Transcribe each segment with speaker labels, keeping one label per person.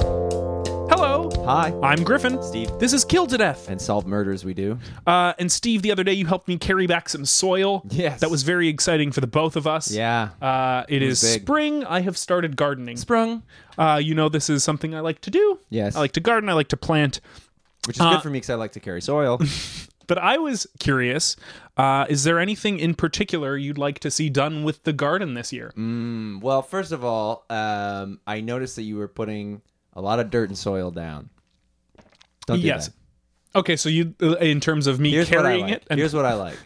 Speaker 1: Hello!
Speaker 2: Hi,
Speaker 1: I'm Griffin.
Speaker 2: Steve.
Speaker 1: This is Kill to Death.
Speaker 2: And solve murders we do.
Speaker 1: Uh, and Steve, the other day you helped me carry back some soil.
Speaker 2: Yes.
Speaker 1: That was very exciting for the both of us.
Speaker 2: Yeah.
Speaker 1: Uh, it is
Speaker 2: big.
Speaker 1: spring. I have started gardening.
Speaker 2: Sprung.
Speaker 1: Uh, you know, this is something I like to do.
Speaker 2: Yes.
Speaker 1: I like to garden. I like to plant.
Speaker 2: Which is
Speaker 1: Uh,
Speaker 2: good for me because I like to carry soil.
Speaker 1: But I was curious uh, is there anything in particular you'd like to see done with the garden this year?
Speaker 2: Mm, well, first of all, um, I noticed that you were putting a lot of dirt and soil down. Don't do
Speaker 1: yes.
Speaker 2: that.
Speaker 1: Okay, so you, uh, in terms of me
Speaker 2: Here's what I
Speaker 1: carrying
Speaker 2: like.
Speaker 1: it, and
Speaker 2: Here's what I like.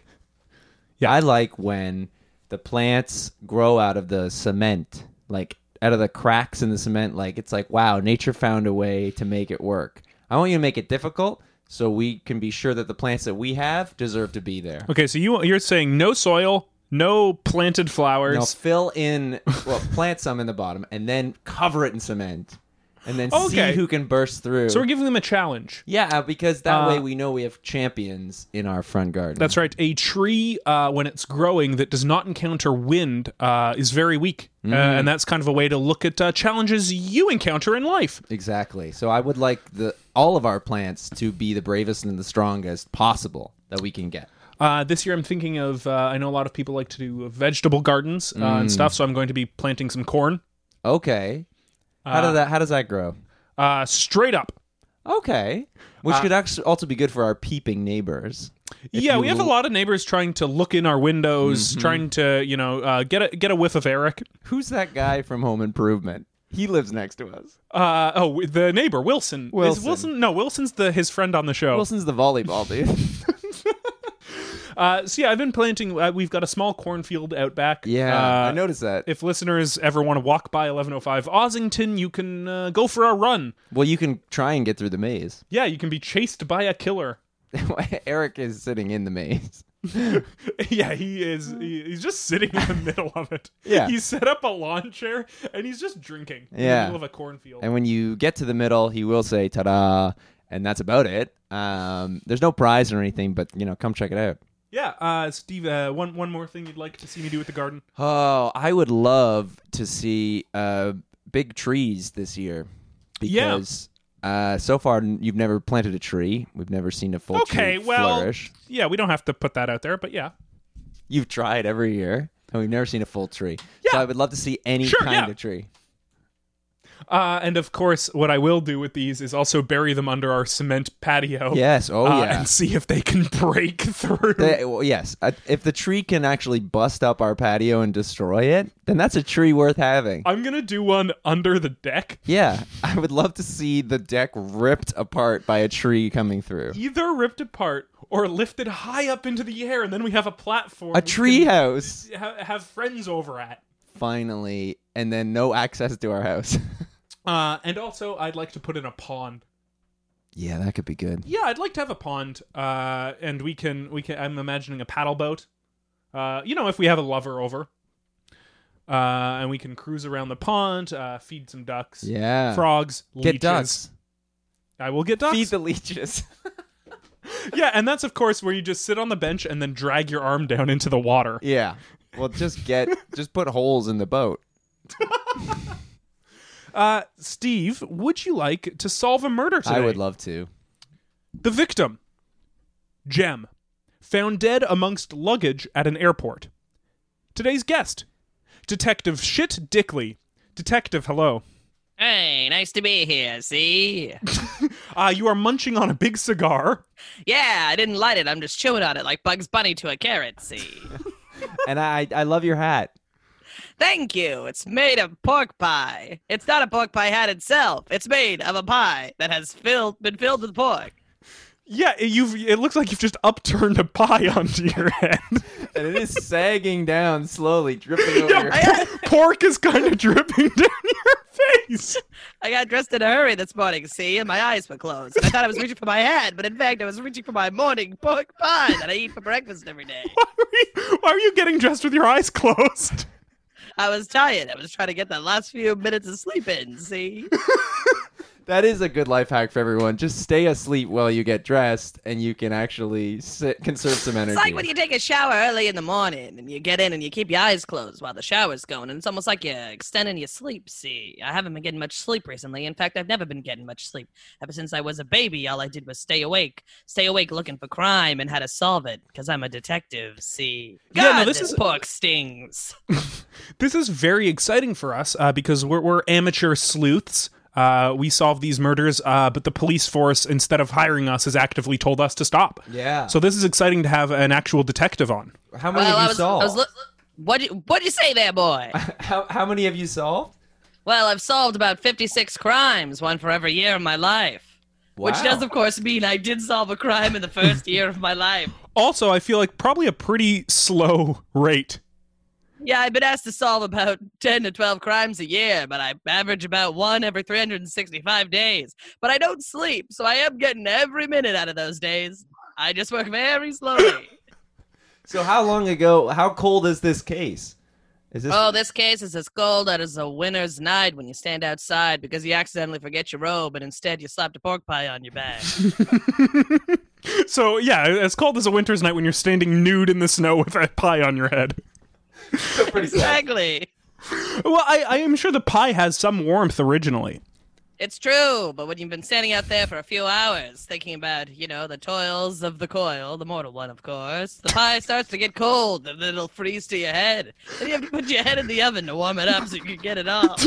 Speaker 1: Yeah.
Speaker 2: I like when the plants grow out of the cement, like out of the cracks in the cement. Like it's like, wow, nature found a way to make it work. I want you to make it difficult so we can be sure that the plants that we have deserve to be there.
Speaker 1: okay, so you you're saying no soil, no planted flowers.
Speaker 2: Now fill in, well, plant some in the bottom, and then cover it in cement, and then
Speaker 1: Okay.
Speaker 2: see who can burst through.
Speaker 1: So we're giving them a challenge.
Speaker 2: yeah, because that
Speaker 1: Uh,
Speaker 2: way we know we have champions in our front garden.
Speaker 1: That's right. A tree, uh, when it's growing, that does not encounter wind uh, is very weak. Uh, and that's kind of a way to look at uh, challenges you encounter in life.
Speaker 2: exactly. So I would like the all of our plants to be the bravest and the strongest possible that we can get.
Speaker 1: Uh, this year, I'm thinking of, uh, I know a lot of people like to do vegetable gardens uh, and stuff, so I'm going to be planting some corn
Speaker 2: Okay. How does that? How does that grow?
Speaker 1: uh, straight up.
Speaker 2: Okay, which
Speaker 1: Uh,
Speaker 2: could actually also be good for our peeping neighbors.
Speaker 1: yeah, we have a lot of neighbors trying to look in our windows, trying to, you know, uh, get a get a whiff of Eric.
Speaker 2: Who's that guy from Home Improvement? He lives next to us.
Speaker 1: Uh, oh, the neighbor Wilson. Is
Speaker 2: Wilson.
Speaker 1: Wilson? No, Wilson's the his friend on the show.
Speaker 2: Wilson's the volleyball dude.
Speaker 1: Uh, so yeah, I've been planting. Uh, we've got a small cornfield out back.
Speaker 2: Yeah,
Speaker 1: uh,
Speaker 2: I noticed that.
Speaker 1: if listeners ever want to walk by 1105 Ossington, you can uh, go for a run.
Speaker 2: well, you can try and get through the maze.
Speaker 1: Yeah, you can be chased by a killer.
Speaker 2: Eric is sitting in the maze.
Speaker 1: yeah, he is. He, he's just sitting in the middle of it.
Speaker 2: Yeah.
Speaker 1: He set up a lawn chair and he's just drinking in the
Speaker 2: Yeah.
Speaker 1: middle of a cornfield.
Speaker 2: And when you get to the middle, he will say "ta da," and that's about it. Um, there's no prize or anything, but you know, come check it out.
Speaker 1: yeah, uh, Steve, uh, one, one more thing you'd like to see me do with the garden.
Speaker 2: Oh, I would love to see uh, big trees this year
Speaker 1: Yeah.
Speaker 2: because uh, so far n- you've never planted a tree. We've never seen a full
Speaker 1: Okay,
Speaker 2: tree
Speaker 1: well-
Speaker 2: flourish.
Speaker 1: Yeah, we don't have to put that out there, but yeah.
Speaker 2: You've tried every year, and we've never seen a full tree. So
Speaker 1: Yeah.
Speaker 2: I would love to see any
Speaker 1: Sure,
Speaker 2: kind
Speaker 1: yeah.
Speaker 2: of tree.
Speaker 1: Uh, and of course, what I will do with these is also bury them under our cement patio.
Speaker 2: Yes. Oh,
Speaker 1: uh,
Speaker 2: yeah.
Speaker 1: And see if they can break through.
Speaker 2: They- well, yes, I- if the tree can actually bust up our patio and destroy it, then that's a tree worth having.
Speaker 1: I'm gonna do one under the deck.
Speaker 2: yeah, I would love to see the deck ripped apart by a tree coming through.
Speaker 1: Either ripped apart or lifted high up into the air, and then we have a platform.
Speaker 2: A tree house,
Speaker 1: we ha- have friends over at.
Speaker 2: finally, and then no access to our house.
Speaker 1: Uh, and also, I'd like to put in a pond.
Speaker 2: yeah, that could be good.
Speaker 1: Yeah, I'd like to have a pond. Uh, and we can we can. I'm imagining a paddle boat. Uh, you know, if we have a lover over. Uh, and we can cruise around the pond, uh, feed some ducks,
Speaker 2: Yeah.
Speaker 1: frogs,
Speaker 2: Get
Speaker 1: leeches.
Speaker 2: ducks.
Speaker 1: I will get ducks.
Speaker 2: Feed the leeches.
Speaker 1: yeah, and that's of course where you just sit on the bench and then drag your arm down into the water.
Speaker 2: yeah. Well, just get, just put holes in the boat.
Speaker 1: Uh, Steve, would you like to solve a murder today?
Speaker 2: I would love to.
Speaker 1: the victim, Jem, found dead amongst luggage at an airport. Today's guest, Detective Shit Dickley. Detective, hello.
Speaker 3: Hey, nice to be here. See?
Speaker 1: Uh, you are munching on a big cigar.
Speaker 3: Yeah, I didn't light it. I'm just chewing on it like Bugs Bunny to a carrot. See?
Speaker 2: And I, I love your hat.
Speaker 3: Thank you. It's made of pork pie. It's not a pork pie hat itself. It's made of a pie that has filled been filled with pork.
Speaker 1: Yeah, you've. It looks like you've just upturned a pie onto your head.
Speaker 2: And it is sagging down slowly, dripping over your
Speaker 3: I,
Speaker 1: Pork is kind of dripping down your face.
Speaker 3: I got dressed in a hurry this morning, see, and my eyes were closed. I thought I was reaching for my head, but in fact, I was reaching for my morning pork pie that I eat for breakfast every day.
Speaker 1: Why were you, why were you getting dressed with your eyes closed?
Speaker 3: I was tired. I was trying to get the last few minutes of sleep in, see?
Speaker 2: That is a good life hack for everyone. Just stay asleep while you get dressed, and you can actually sit, conserve some energy.
Speaker 3: It's like when you take a shower early in the morning and you get in and you keep your eyes closed while the shower's going, and it's almost like you're extending your sleep. See, I haven't been getting much sleep recently. In fact, I've never been getting much sleep. Ever since I was a baby, all I did was stay awake, stay awake looking for crime and how to solve it, because I'm a detective. See,
Speaker 1: Yeah, no,
Speaker 3: God,
Speaker 1: this
Speaker 3: this,
Speaker 1: is-
Speaker 3: pork stings.
Speaker 1: This is very exciting for us uh, because we're, we're amateur sleuths. Uh, we solve these murders, uh, but the police force, instead of hiring us, has actively told us to stop.
Speaker 2: Yeah.
Speaker 1: So this is exciting to have an actual detective on.
Speaker 2: how many have
Speaker 3: Well, I
Speaker 2: you
Speaker 3: was, I
Speaker 2: solved?
Speaker 3: was look. What what you say there, boy?
Speaker 2: how, how many have you solved?
Speaker 3: Well, I've solved about 56 crimes, one for every year of my life. Which
Speaker 2: Wow.
Speaker 3: does, of course, mean I did solve a crime in the first year of my life.
Speaker 1: Also, I feel like probably a pretty slow rate.
Speaker 3: Yeah, I've been asked to solve about 10 to 12 crimes a year, but I average about one every 365 days. But I don't sleep, so I am getting every minute out of those days. I just work very slowly.
Speaker 2: So how long ago? How cold is this case? Is this
Speaker 3: Oh, this case is as cold as a winter's night when you stand outside because you accidentally forget your robe and instead you slapped a pork pie on your back.
Speaker 1: So yeah, as cold as a winter's night when you're standing nude in the snow with a pie on your head.
Speaker 2: pretty cold?
Speaker 3: exactly.
Speaker 1: Well, I, I am sure the pie has some warmth originally.
Speaker 3: It's true, but when you've been standing out there for a few hours thinking about, you know, the toils of the coil, the mortal one, of course, the pie starts to get cold and then it'll freeze to your head. Then you have to put your head in the oven to warm it up so you can get it off.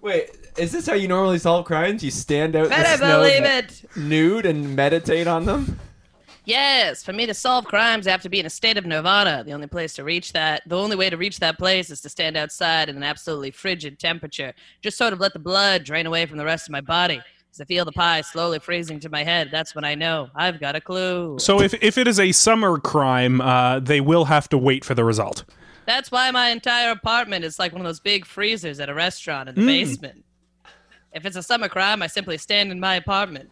Speaker 2: Wait, is this how you normally solve crimes? You stand out in the
Speaker 3: Better
Speaker 2: snow
Speaker 3: believe
Speaker 2: nu-
Speaker 3: it.
Speaker 2: nude and meditate on them.
Speaker 3: Yes, for me to solve crimes, I have to be in a state of nirvana. The only place to reach that, the only way to reach that place is to stand outside in an absolutely frigid temperature. Just sort of let the blood drain away from the rest of my body. As I feel the pie slowly freezing to my head, that's when I know I've got a clue.
Speaker 1: So if if it is a summer crime, uh, they will have to wait for the result.
Speaker 3: That's why my entire apartment is like one of those big freezers at a restaurant in the basement. If it's a summer crime, I simply stand in my apartment.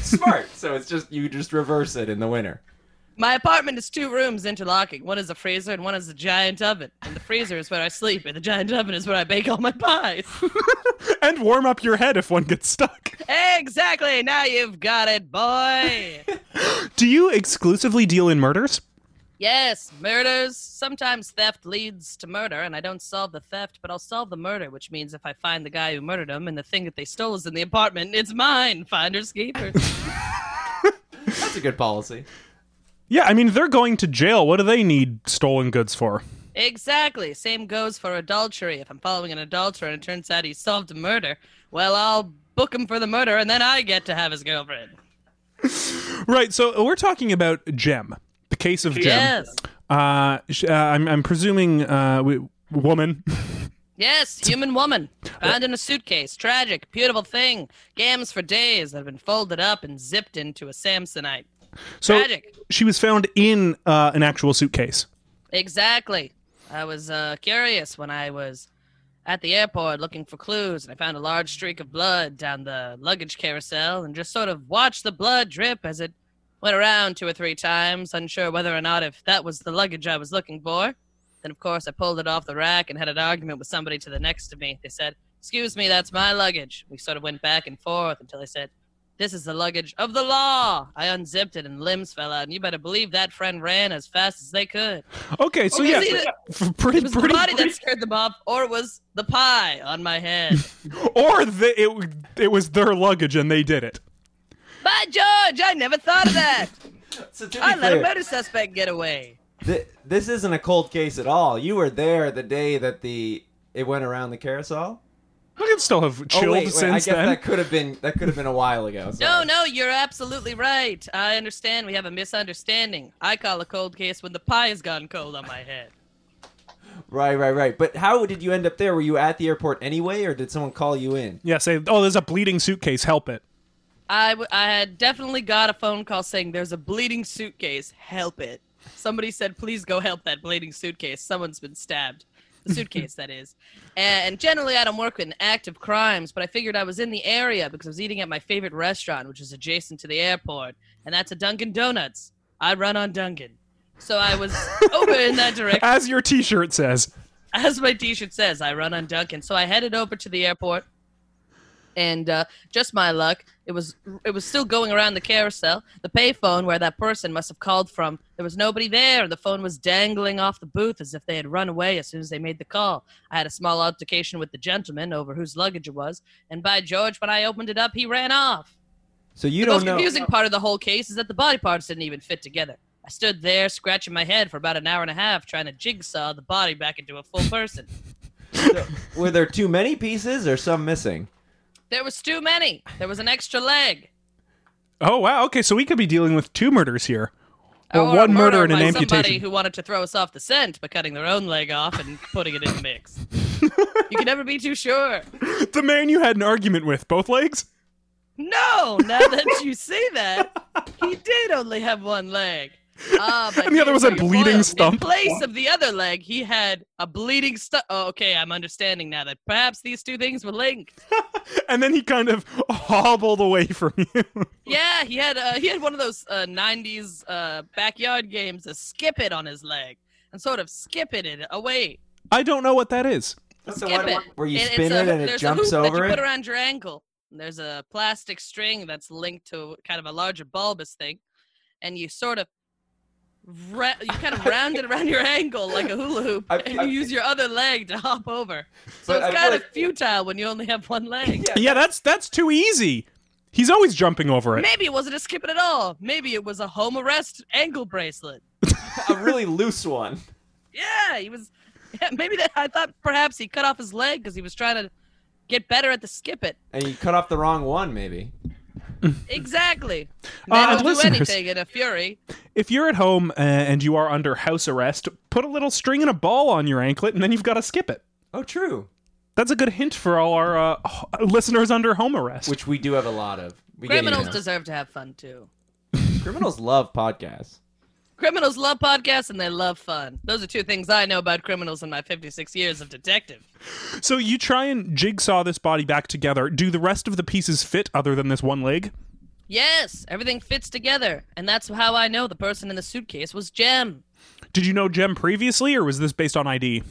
Speaker 2: Smart. so it's just you just reverse it in the winter.
Speaker 3: My apartment is two rooms interlocking. One is a freezer and one is a giant oven. And the freezer is where I sleep, and the giant oven is where I bake all my pies.
Speaker 1: And warm up your head if one gets stuck.
Speaker 3: exactly. Now you've got it, boy.
Speaker 1: Do you exclusively deal in murders?
Speaker 3: yes, murders. Sometimes theft leads to murder, and I don't solve the theft, but I'll solve the murder, which means if I find the guy who murdered him and the thing that they stole is in the apartment, it's mine. Finders keepers.
Speaker 2: That's a good policy.
Speaker 1: Yeah, I mean they're going to jail. What do they need stolen goods for?
Speaker 3: Exactly. Same goes for adultery. If I'm following an adulterer and it turns out he solved a murder, well, I'll book him for the murder and then I get to have his girlfriend.
Speaker 1: Right. So we're talking about Jem, the case of Jem.
Speaker 3: Yes.
Speaker 1: Uh, sh- uh, I'm I'm presuming uh, w- woman.
Speaker 3: Yes, human woman. Found in a suitcase. Tragic, beautiful thing. Gams for days that have been folded up and zipped into a Samsonite.
Speaker 1: So
Speaker 3: Tragic.
Speaker 1: she was found in uh, an actual suitcase.
Speaker 3: Exactly. I was uh, curious when I was at the airport looking for clues, and I found a large streak of blood down the luggage carousel and just sort of watched the blood drip as it went around two or three times, unsure whether or not if that was the luggage I was looking for. Then, of course, I pulled it off the rack and had an argument with somebody to the next to me. They said, Excuse me, that's my luggage. We sort of went back and forth until I said, this is the luggage of the law. I unzipped it and limbs fell out, and you better believe that friend ran as fast as they could.
Speaker 1: Okay, so
Speaker 3: Okay,
Speaker 1: yeah,
Speaker 3: so either-
Speaker 1: f- pretty,
Speaker 3: Oh, It was
Speaker 1: pretty,
Speaker 3: the body that scared them off, or it was the pie on my head.
Speaker 1: or the, it it was their luggage and they did it.
Speaker 3: By George, I never thought of that.
Speaker 2: So to be
Speaker 3: I let a
Speaker 2: clear,
Speaker 3: murder suspect get away.
Speaker 2: Th- this isn't a cold case at all. You were there the day that the it went around the carousel.
Speaker 1: I can still have
Speaker 2: Oh
Speaker 1: chilled
Speaker 2: wait, wait, I
Speaker 1: since
Speaker 2: guess
Speaker 1: then.
Speaker 2: that could have been that could have been a while ago.
Speaker 3: No,
Speaker 2: sorry.
Speaker 3: no, you're absolutely right. I understand we have a misunderstanding. I call a cold case when the pie has gone cold on my head.
Speaker 2: Right, right, right. But how did you end up there? Were you at the airport anyway, or did someone call you in?
Speaker 1: Yeah, say, oh, there's a bleeding suitcase. Help it.
Speaker 3: I, w- I had definitely got a phone call saying there's a bleeding suitcase. Help it. Somebody said, please go help that bleeding suitcase. Someone's been stabbed. the suitcase that is. And generally, I don't work in active crimes, but I figured I was in the area because I was eating at my favorite restaurant, which is adjacent to the airport, and that's a Dunkin' Donuts. I run on Dunkin', so I was over in that direction.
Speaker 1: As your T-shirt says,
Speaker 3: As my T-shirt says, I run on Dunkin', so I headed over to the airport, and uh, just my luck, it was it was still going around the carousel. The payphone where that person must have called from, there was nobody there, and the phone was dangling off the booth as if they had run away as soon as they made the call. I had a small altercation with the gentleman over whose luggage it was, and by George, when I opened it up, he ran off.
Speaker 2: So you
Speaker 3: The most
Speaker 2: don't know.
Speaker 3: confusing part of the whole case is that the body parts didn't even fit together. I stood there scratching my head for about an hour and a half trying to jigsaw the body back into a full person.
Speaker 2: So, were there too many pieces or some missing?
Speaker 3: There was too many. There was an extra leg.
Speaker 1: oh wow, okay, so we could be dealing with two murders here, or,
Speaker 3: Oh, a
Speaker 1: one murder, and an
Speaker 3: by Somebody
Speaker 1: amputation.
Speaker 3: who wanted to throw us off the scent by cutting their own leg off and putting it in the mix. you can never be too sure.
Speaker 1: The man you had an argument with, both legs.
Speaker 3: No, now that you say that, he did only have one leg. Ah, but
Speaker 1: And the other
Speaker 3: here's
Speaker 1: was a
Speaker 3: where you're
Speaker 1: bleeding
Speaker 3: foiled. In
Speaker 1: stump.
Speaker 3: place of the other leg, he had a bleeding stump. Oh, okay, I'm understanding now that perhaps these two things were linked.
Speaker 1: And then he kind of hobbled away from you.
Speaker 3: Yeah, he had uh, he had one of those uh, '90s uh, backyard games, a skip it on his leg, and sort of skipping it away.
Speaker 1: I don't know what that is.
Speaker 2: So
Speaker 3: Skip it.
Speaker 2: Where you
Speaker 3: And it's
Speaker 2: spin
Speaker 3: a-
Speaker 2: it and it
Speaker 3: there's
Speaker 2: jumps
Speaker 3: a hoop
Speaker 2: over
Speaker 3: that you
Speaker 2: it?
Speaker 3: put around your ankle. And There's a plastic string that's linked to kind of a larger bulbous thing, and you sort of ra- you kind of round it around your ankle like a hula hoop,
Speaker 2: I-
Speaker 3: and
Speaker 2: I-
Speaker 3: you use your other leg to hop over. So
Speaker 2: But I
Speaker 3: it's
Speaker 2: feel
Speaker 3: kind of
Speaker 2: like-
Speaker 3: futile when you only have one leg.
Speaker 2: Yeah.
Speaker 1: Yeah, that's that's too easy. He's always jumping over it.
Speaker 3: Maybe it wasn't a skipping at all. Maybe it was a home arrest ankle bracelet.
Speaker 2: a really loose one.
Speaker 3: Yeah, he was. Yeah, maybe that I thought perhaps he cut off his leg because he was trying to get better at the skip it.
Speaker 2: And you cut off the wrong one, maybe.
Speaker 3: Exactly.
Speaker 1: Uh,
Speaker 3: They
Speaker 1: and
Speaker 3: don't do
Speaker 1: listeners-
Speaker 3: anything in a fury.
Speaker 1: If you're at home uh, and you are under house arrest, put a little string and a ball on your anklet, and then you've got to skip it.
Speaker 2: Oh, true.
Speaker 1: That's a good hint for all our uh, h- listeners under home arrest.
Speaker 2: Which we do have a lot of. We get
Speaker 3: Criminals
Speaker 2: emails.
Speaker 3: deserve to have fun too.
Speaker 2: Criminals love podcasts.
Speaker 3: Criminals love podcasts and they love fun. Those are two things I know about criminals in my 56 years of detective.
Speaker 1: so you try and jigsaw this body back together. Do the rest of the pieces fit other than this one leg?
Speaker 3: Yes, everything fits together, and that's how I know the person in the suitcase was Jem.
Speaker 1: Did you know Jem previously, or was this based on ID?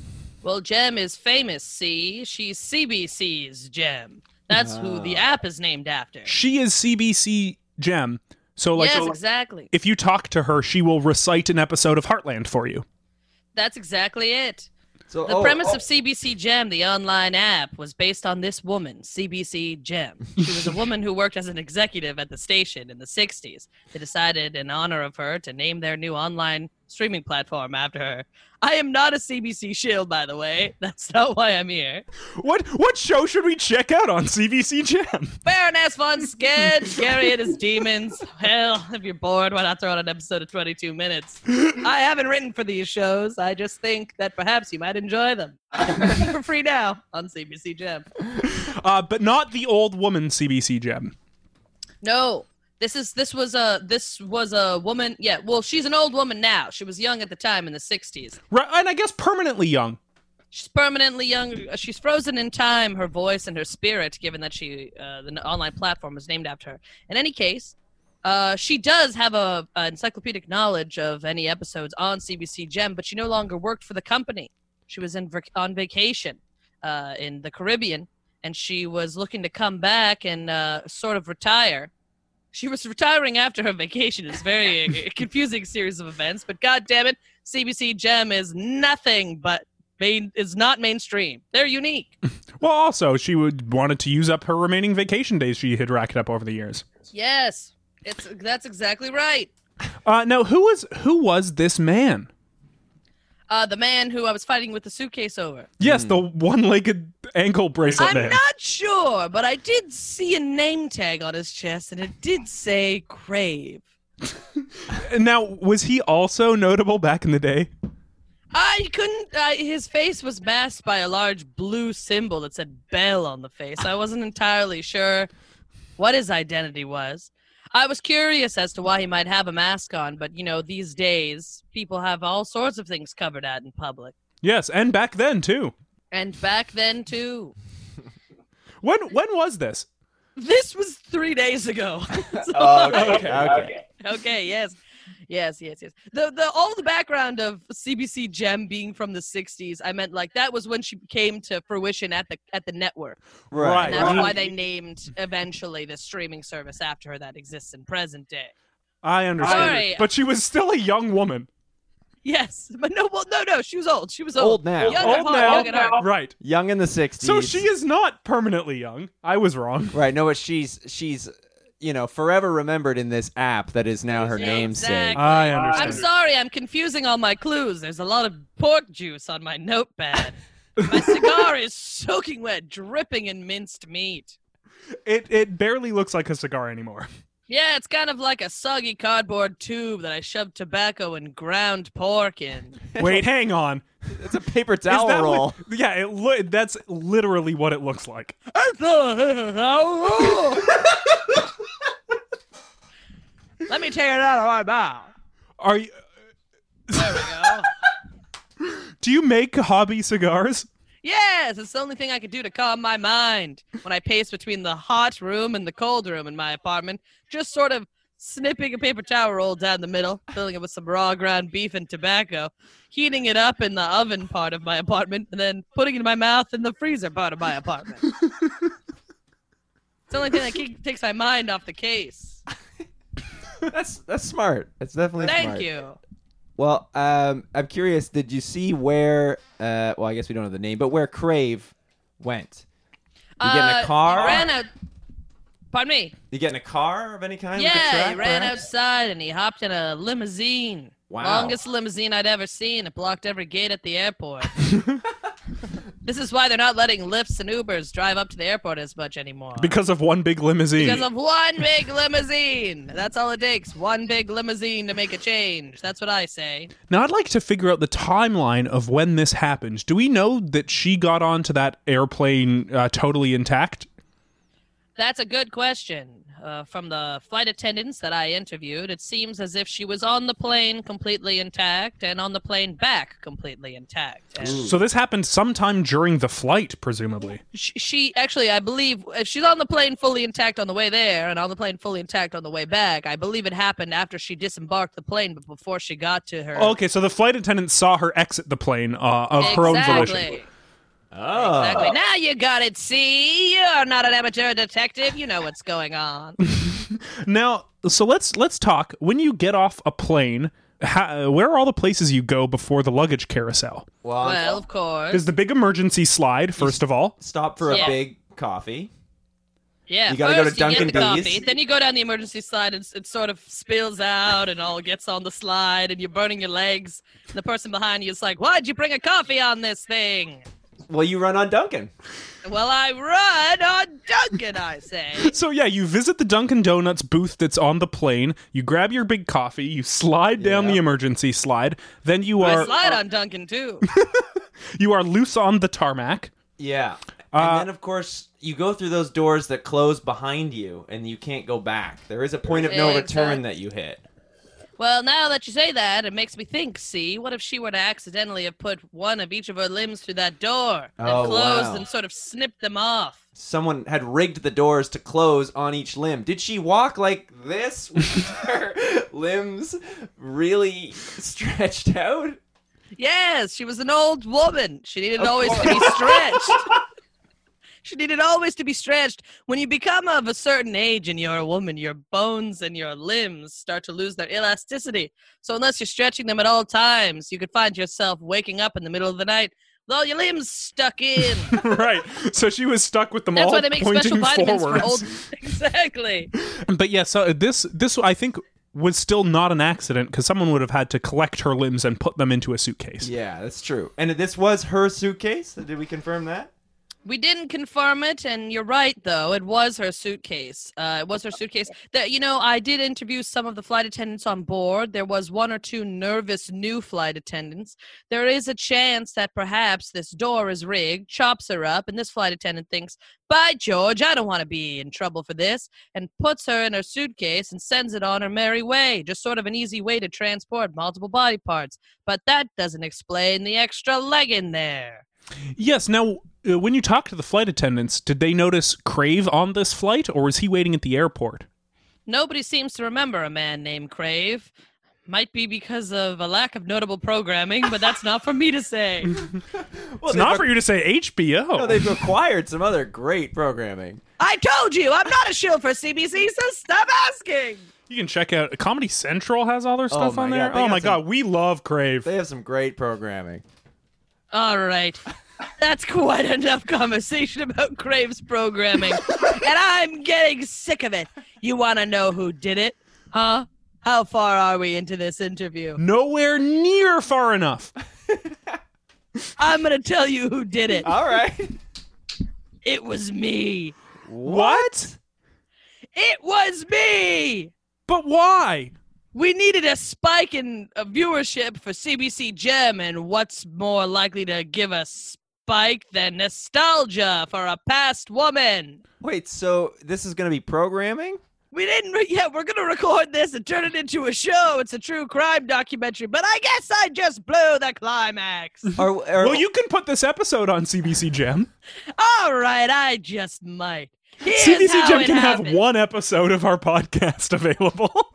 Speaker 3: Well, Jem is famous, see? She's CBC's Jem. That's who the
Speaker 1: Ah.
Speaker 3: app is named after.
Speaker 1: She is CBC Jem. So, like,
Speaker 3: yes, exactly.
Speaker 1: if you talk to her, she will recite an episode of Heartland for you.
Speaker 3: That's exactly it.
Speaker 2: So
Speaker 3: The
Speaker 2: oh,
Speaker 3: premise
Speaker 2: oh,
Speaker 3: of CBC Gem, the online app, was based on this woman, CBC Gem. She was a woman who worked as an executive at the station in the 60s. They decided, in honor of her, to name their new online streaming platform after her. I am not a CBC shill, by the way. That's not why I'm here.
Speaker 1: What what show should we check out on CBC Jam?
Speaker 3: Baroness von Sketch, Gary and his demons. Hell, if you're bored, why not throw out an episode of 22 minutes? I haven't written for these shows. I just think that perhaps you might enjoy them. for free now on CBC Gem.
Speaker 1: Uh, but not the old woman CBC Jam.
Speaker 3: No, this is this was a this was a woman. Yeah, well, she's an old woman now. She was young at the time in the '60s.
Speaker 1: Right, and I guess permanently young.
Speaker 3: She's permanently young. uh, She's frozen in time, her voice and her spirit, given that she uh, the n- online platform was named after her. In any case, uh, she does have a, a encyclopedic knowledge of any episodes on CBC Gem, but she no longer worked for the company. She was in vac- on vacation uh, in the Caribbean, and she was looking to come back and uh, sort of retire. She was retiring after her vacation. It's very a confusing series of events, but God damn it, CBC Gem is nothing but main is not mainstream. They're unique.
Speaker 1: Well, also she would wanted to use up her remaining vacation days she had racked up over the years.
Speaker 3: yes, it's that's exactly right.
Speaker 1: Uh, now, who was who was this man?
Speaker 3: Uh, the man who I was fighting with the suitcase over.
Speaker 1: Yes, the one-legged ankle bracelet
Speaker 3: I'm
Speaker 1: man.
Speaker 3: not sure, but I did see a name tag on his chest, and it did say Crave.
Speaker 1: now, was he also notable back in the day?
Speaker 3: I couldn't. I his face was masked by a large blue symbol that said Bell on the face. I wasn't entirely sure what his identity was. I was curious as to why he might have a mask on, but you know, these days people have all sorts of things covered at in public.
Speaker 1: Yes, and back then too.
Speaker 3: And back then, too.
Speaker 1: When when was this?
Speaker 3: This was three days ago. So,
Speaker 2: Oh, Okay.
Speaker 1: Oh, Okay.
Speaker 2: okay.
Speaker 3: okay, yes. Yes, yes, yes. The the all the background of CBC Gem being from the 60s, I meant like that was when she came to fruition at the at the network.
Speaker 1: Right.
Speaker 3: And that's why
Speaker 1: Right.
Speaker 3: they named eventually the streaming service after her that exists in present day.
Speaker 1: I understand.
Speaker 3: Sorry.
Speaker 1: But she was still a young woman.
Speaker 3: Yes, but no, well, no, no, she was old. She was
Speaker 2: Old
Speaker 3: old.
Speaker 2: now.
Speaker 3: Young
Speaker 1: Old
Speaker 3: at heart,
Speaker 1: now.
Speaker 3: young at heart.
Speaker 1: Right.
Speaker 2: Young in the 60s.
Speaker 1: So she is not permanently young. I was wrong.
Speaker 2: Right. No, but she's she's you know forever remembered in this app that is now her
Speaker 3: Yeah,
Speaker 2: namesake.
Speaker 3: exactly.
Speaker 1: I
Speaker 3: I'm
Speaker 1: understand.
Speaker 3: sorry, I'm confusing all my clues. There's a lot of pork juice on my notepad. my cigar is soaking wet, dripping in minced meat.
Speaker 1: It it barely looks like a cigar anymore.
Speaker 3: Yeah, it's kind of like a soggy cardboard tube that I shoved tobacco and ground pork in.
Speaker 1: Wait, hang on.
Speaker 2: It's a paper
Speaker 1: Is
Speaker 2: towel
Speaker 1: that
Speaker 2: roll.
Speaker 1: what- yeah, it lo- that's literally what it looks like.
Speaker 3: Let me take it out of my mouth.
Speaker 1: Are you,
Speaker 3: There we go.
Speaker 1: do you make hobby cigars?
Speaker 3: Yes, it's the only thing I could do to calm my mind when I pace between the hot room and the cold room in my apartment, just sort of snipping a paper towel roll down the middle, filling it with some raw ground beef and tobacco, heating it up in the oven part of my apartment, and then putting it in my mouth in the freezer part of my apartment. it's the only thing that keep, takes my mind off the case.
Speaker 2: That's that's smart. That's definitely smart.
Speaker 3: Thank you.
Speaker 2: Well, um, I'm curious. Did you see where? Uh, well, I guess we don't know the name, but where Crave went? You get in a
Speaker 3: Uh,
Speaker 2: car?
Speaker 3: He ran out. Pardon me.
Speaker 2: You get in a car of any kind? with a
Speaker 3: Yeah, he
Speaker 2: track,
Speaker 3: ran
Speaker 2: perhaps?
Speaker 3: outside and he hopped in a limousine.
Speaker 2: Wow.
Speaker 3: Longest limousine I'd ever seen. It blocked every gate at the airport. this is why they're not letting lifts and Ubers drive up to the airport as much anymore.
Speaker 1: Because of one big limousine.
Speaker 3: Because of one big limousine. That's all it takes. One big limousine to make a change. That's what I say.
Speaker 1: now I'd like to figure out the timeline of when this happened. Do we know that she got onto that airplane uh, totally intact?
Speaker 3: That's a good question. Uh, from the flight attendants that I interviewed, it seems as if she was on the plane completely intact and on the plane back completely intact. And
Speaker 1: So this happened sometime during the flight, presumably.
Speaker 3: she, she actually, I believe, if she's on the plane fully intact on the way there and on the plane fully intact on the way back, I believe it happened after she disembarked the plane, but before she got to her.
Speaker 1: Okay, so the flight attendant saw her exit the plane uh, of her own volition.
Speaker 3: Exactly.
Speaker 2: Oh,
Speaker 3: Exactly. Now you got it. See, you're not an amateur detective. You know what's going on.
Speaker 1: Now, so let's let's talk. When you get off a plane, ha where are all the places you go before the luggage carousel?
Speaker 2: well,
Speaker 3: well, of course.
Speaker 1: There's the big emergency slide, first of all.
Speaker 2: stop for
Speaker 3: Yeah.
Speaker 2: a big coffee.
Speaker 3: Yeah,
Speaker 2: You gotta go
Speaker 3: first
Speaker 2: to
Speaker 3: you get
Speaker 2: Dunkin'
Speaker 3: the coffee,
Speaker 2: Dee's.
Speaker 3: then you go down the emergency slide, and s- it sort of spills out and all gets on the slide, and you're burning your legs. And the person behind you is like, "Why'd you bring a coffee on this thing?"
Speaker 2: Well, you run on Duncan.
Speaker 3: Well, I run on Dunkin', I say.
Speaker 1: So yeah, you visit the Dunkin' Donuts booth that's on the plane. You grab your big coffee. You slide down
Speaker 2: Yeah.
Speaker 1: the emergency slide. Then you
Speaker 3: I
Speaker 1: are
Speaker 3: slide on Dunkin' too.
Speaker 1: you are loose on the tarmac.
Speaker 2: Yeah.
Speaker 1: Uh,
Speaker 2: and then, of course, you go through those doors that close behind you, and you can't go back. There is a point of no return that you hit.
Speaker 3: Well, now that you say that, it makes me think, see, what if she were to accidentally have put one of each of her limbs through that door and
Speaker 2: Oh,
Speaker 3: closed
Speaker 2: wow.
Speaker 3: and sort of snipped them off?
Speaker 2: Someone had rigged the doors to close on each limb. Did she walk like this with her limbs really stretched out?
Speaker 3: Yes, she was an old woman. She needed
Speaker 2: Of
Speaker 3: always to be stretched. she needed always to be stretched. When you become of a certain age and you're a woman, your bones and your limbs start to lose their elasticity. So unless you're stretching them at all times, you could find yourself waking up in the middle of the night with all your limbs stuck in.
Speaker 1: right. So she was stuck with them
Speaker 3: That's
Speaker 1: all
Speaker 3: why they make
Speaker 1: pointing
Speaker 3: special vitamins
Speaker 1: forwards.
Speaker 3: for old. Exactly.
Speaker 1: But yeah, so this this I think was still not an accident because someone would have had to collect her limbs and put them into a suitcase.
Speaker 2: Yeah, that's true. And this was her suitcase. Did we confirm that?
Speaker 3: We didn't confirm it, and you're right, though. It was her suitcase. Uh, it was her suitcase. That you know, I did interview some of the flight attendants on board. There was one or two nervous new flight attendants. There is a chance that perhaps this door is rigged, chops her up, and this flight attendant thinks, "By George, I don't want to be in trouble for this," and puts her in her suitcase and sends it on her merry way. Just sort of an easy way to transport multiple body parts. But that doesn't explain the extra leg in there.
Speaker 1: Yes. Now, uh, when you talked to the flight attendants, did they notice Crave on this flight, or was he waiting at the airport?
Speaker 3: Nobody seems to remember a man named Crave. Might be because of a lack of notable programming, but that's not for me to say.
Speaker 1: it's not for you to say HBO.
Speaker 2: No, they've acquired some other great programming.
Speaker 3: I told you, I'm not a shill for CBC, so stop asking.
Speaker 1: you can check out Comedy Central has all their stuff
Speaker 2: my
Speaker 1: on
Speaker 2: God,
Speaker 1: there.
Speaker 2: they
Speaker 1: oh
Speaker 2: got
Speaker 1: my
Speaker 2: some-
Speaker 1: god, we love Crave.
Speaker 2: They have some great programming.
Speaker 3: All right. That's quite enough conversation about Graves programming. and I'm getting sick of it. You want to know who did it? Huh? How far are we into this interview?
Speaker 1: Nowhere near far enough.
Speaker 3: I'm going to tell you who did it.
Speaker 2: All right.
Speaker 3: It was me.
Speaker 1: What?
Speaker 3: It was me.
Speaker 1: But why?
Speaker 3: We needed a spike in uh, viewership for CBC Gem, and what's more likely to give a spike than nostalgia for a past woman?
Speaker 2: Wait, so this is going to be programming?
Speaker 3: We didn't, re- yeah, we're gonna record this and turn it into a show. It's a true crime documentary, but I guess I just blew the climax.
Speaker 2: Or, or
Speaker 1: Well, you can put this episode on CBC Gem.
Speaker 3: All right, I just might. Here's
Speaker 1: CBC
Speaker 3: how
Speaker 1: Gem
Speaker 3: it
Speaker 1: can have
Speaker 3: happened.
Speaker 1: one episode of our podcast available.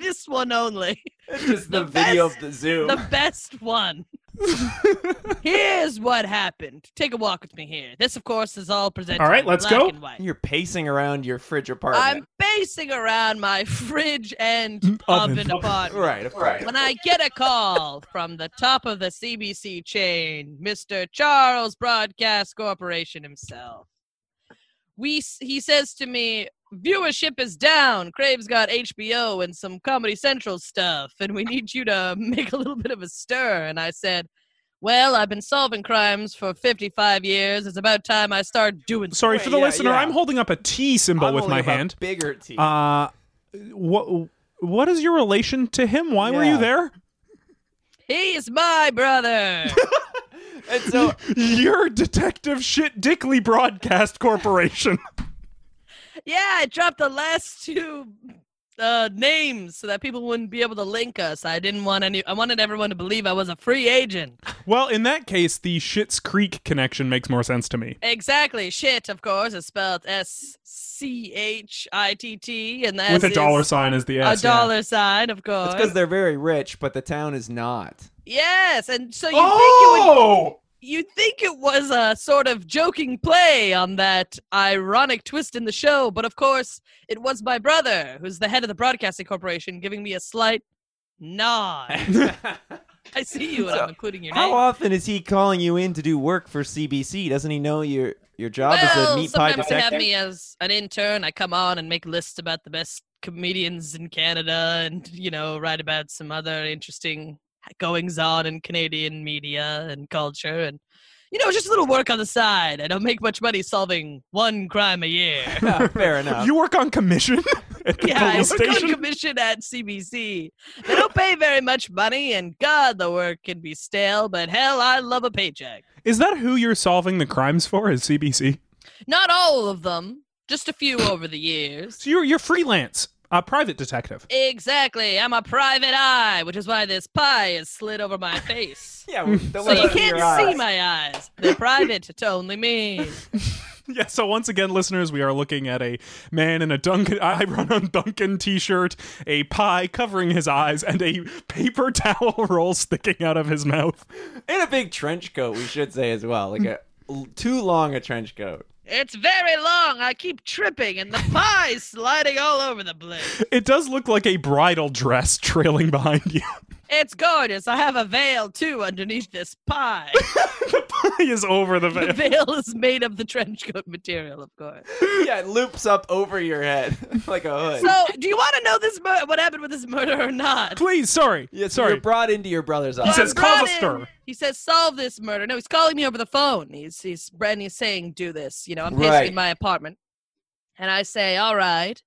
Speaker 3: This one only.
Speaker 2: it's just the,
Speaker 3: the
Speaker 2: video
Speaker 3: best-
Speaker 2: of the Zoom.
Speaker 3: the best one. Here's what happened. Take a walk with me here. This, of course, is all presented.
Speaker 1: All right,
Speaker 3: in
Speaker 1: let's
Speaker 3: black
Speaker 1: go.
Speaker 3: and white.
Speaker 2: You're pacing around your fridge apartment.
Speaker 3: I'm basing around my fridge and
Speaker 1: Mm, oven.
Speaker 3: oven, apartment.
Speaker 2: Right, of course.
Speaker 3: When I get a call from the top of the CBC chain, Mr. Charles Broadcast Corporation himself, we s- he says to me, "Viewership is down. Crave's got HBO and some Comedy Central stuff, and we need you to make a little bit of a stir." And I said. Well, I've been solving crimes for 55 years. It's about time I start doing
Speaker 1: Sorry
Speaker 2: Wait,
Speaker 1: for the
Speaker 2: yeah,
Speaker 1: listener.
Speaker 2: yeah.
Speaker 1: I'm holding up a T symbol
Speaker 2: I'm
Speaker 1: with
Speaker 2: only
Speaker 1: my
Speaker 2: about
Speaker 1: hand.
Speaker 2: Bigger teeth.
Speaker 1: Uh, what what is your relation to him? Why were
Speaker 2: Yeah.
Speaker 1: you there?
Speaker 3: He is my brother.
Speaker 2: and so
Speaker 1: You're Detective Shit Dickley Broadcast Corporation.
Speaker 3: yeah, I dropped the last two uh, names so that people wouldn't be able to link us. I didn't want any. I wanted everyone to believe I was a free agent.
Speaker 1: well, in that case, the Shit's Creek connection makes more sense to me.
Speaker 3: Exactly. Shit, of course, is spelled S C H I T T, and that's
Speaker 1: With a dollar sign as the
Speaker 3: A
Speaker 1: S. yeah.
Speaker 3: dollar sign, of
Speaker 2: it's because
Speaker 3: course.
Speaker 2: they're very rich, but the town is not.
Speaker 3: Yes, and so you think it would
Speaker 1: Oh!
Speaker 3: you think it was a sort of joking play on that ironic twist in the show, but of course it was my brother, who's the head of the broadcasting corporation, giving me a slight nod. I see you, and I'm including your
Speaker 2: How
Speaker 3: name.
Speaker 2: often is he calling you in to do work for CBC? Doesn't he know your your job is a
Speaker 3: Well,
Speaker 2: meat pie
Speaker 3: sometimes they have
Speaker 2: detective?
Speaker 3: me as an intern. I come on and make lists about the best comedians in Canada, and you know, write about some other interesting goings on in Canadian media and culture, and you know, just a little work on the side. I don't make much money solving one crime a year.
Speaker 2: Yeah, fair enough.
Speaker 1: You work on commission at the
Speaker 3: yeah, I
Speaker 1: police
Speaker 3: work on
Speaker 1: station?
Speaker 3: commission at CBC. They don't pay very much money, and God, the work can be stale. But hell, I love a paycheck.
Speaker 1: Is that who you're solving the crimes for? Is CBC?
Speaker 3: Not all of them, just a few over the years.
Speaker 1: So you're you're freelance, a private detective.
Speaker 3: Exactly. I'm a private eye, which is why this pie is slid over my face.
Speaker 2: yeah, the
Speaker 3: So
Speaker 2: look
Speaker 3: you
Speaker 2: in
Speaker 3: can't
Speaker 2: your eyes.
Speaker 3: see my eyes. They're private to only me.
Speaker 1: Yeah. So once again, listeners, we are looking at a man in a Duncan I run on Duncan t-shirt, a pie covering his eyes, and a paper towel roll sticking out of his mouth.
Speaker 2: in a big trench coat. We should say as well, like a l- too long a trench coat.
Speaker 3: It's very long. I keep tripping, and the pie's sliding all over the place.
Speaker 1: It does look like a bridal dress trailing behind you.
Speaker 3: It's gorgeous. I have a veil too underneath this pie.
Speaker 1: the pie is over the veil.
Speaker 3: the veil is made of the trench coat material, of course.
Speaker 2: yeah, it loops up over your head like a hood.
Speaker 3: So, do you want to know this mur- what happened with this murder or not?
Speaker 1: Please, sorry.
Speaker 2: yeah, so
Speaker 1: sorry.
Speaker 2: You're brought into your brother's
Speaker 1: He
Speaker 2: office.
Speaker 1: says,
Speaker 3: I'm brought
Speaker 1: "Cause a
Speaker 3: in."
Speaker 1: stir."
Speaker 3: He says, "Solve this murder." No, he's calling me over the phone. He's he's and he's saying, "Do this." You know, I'm pacing
Speaker 2: Right.
Speaker 3: in my apartment, and I say, "All right,"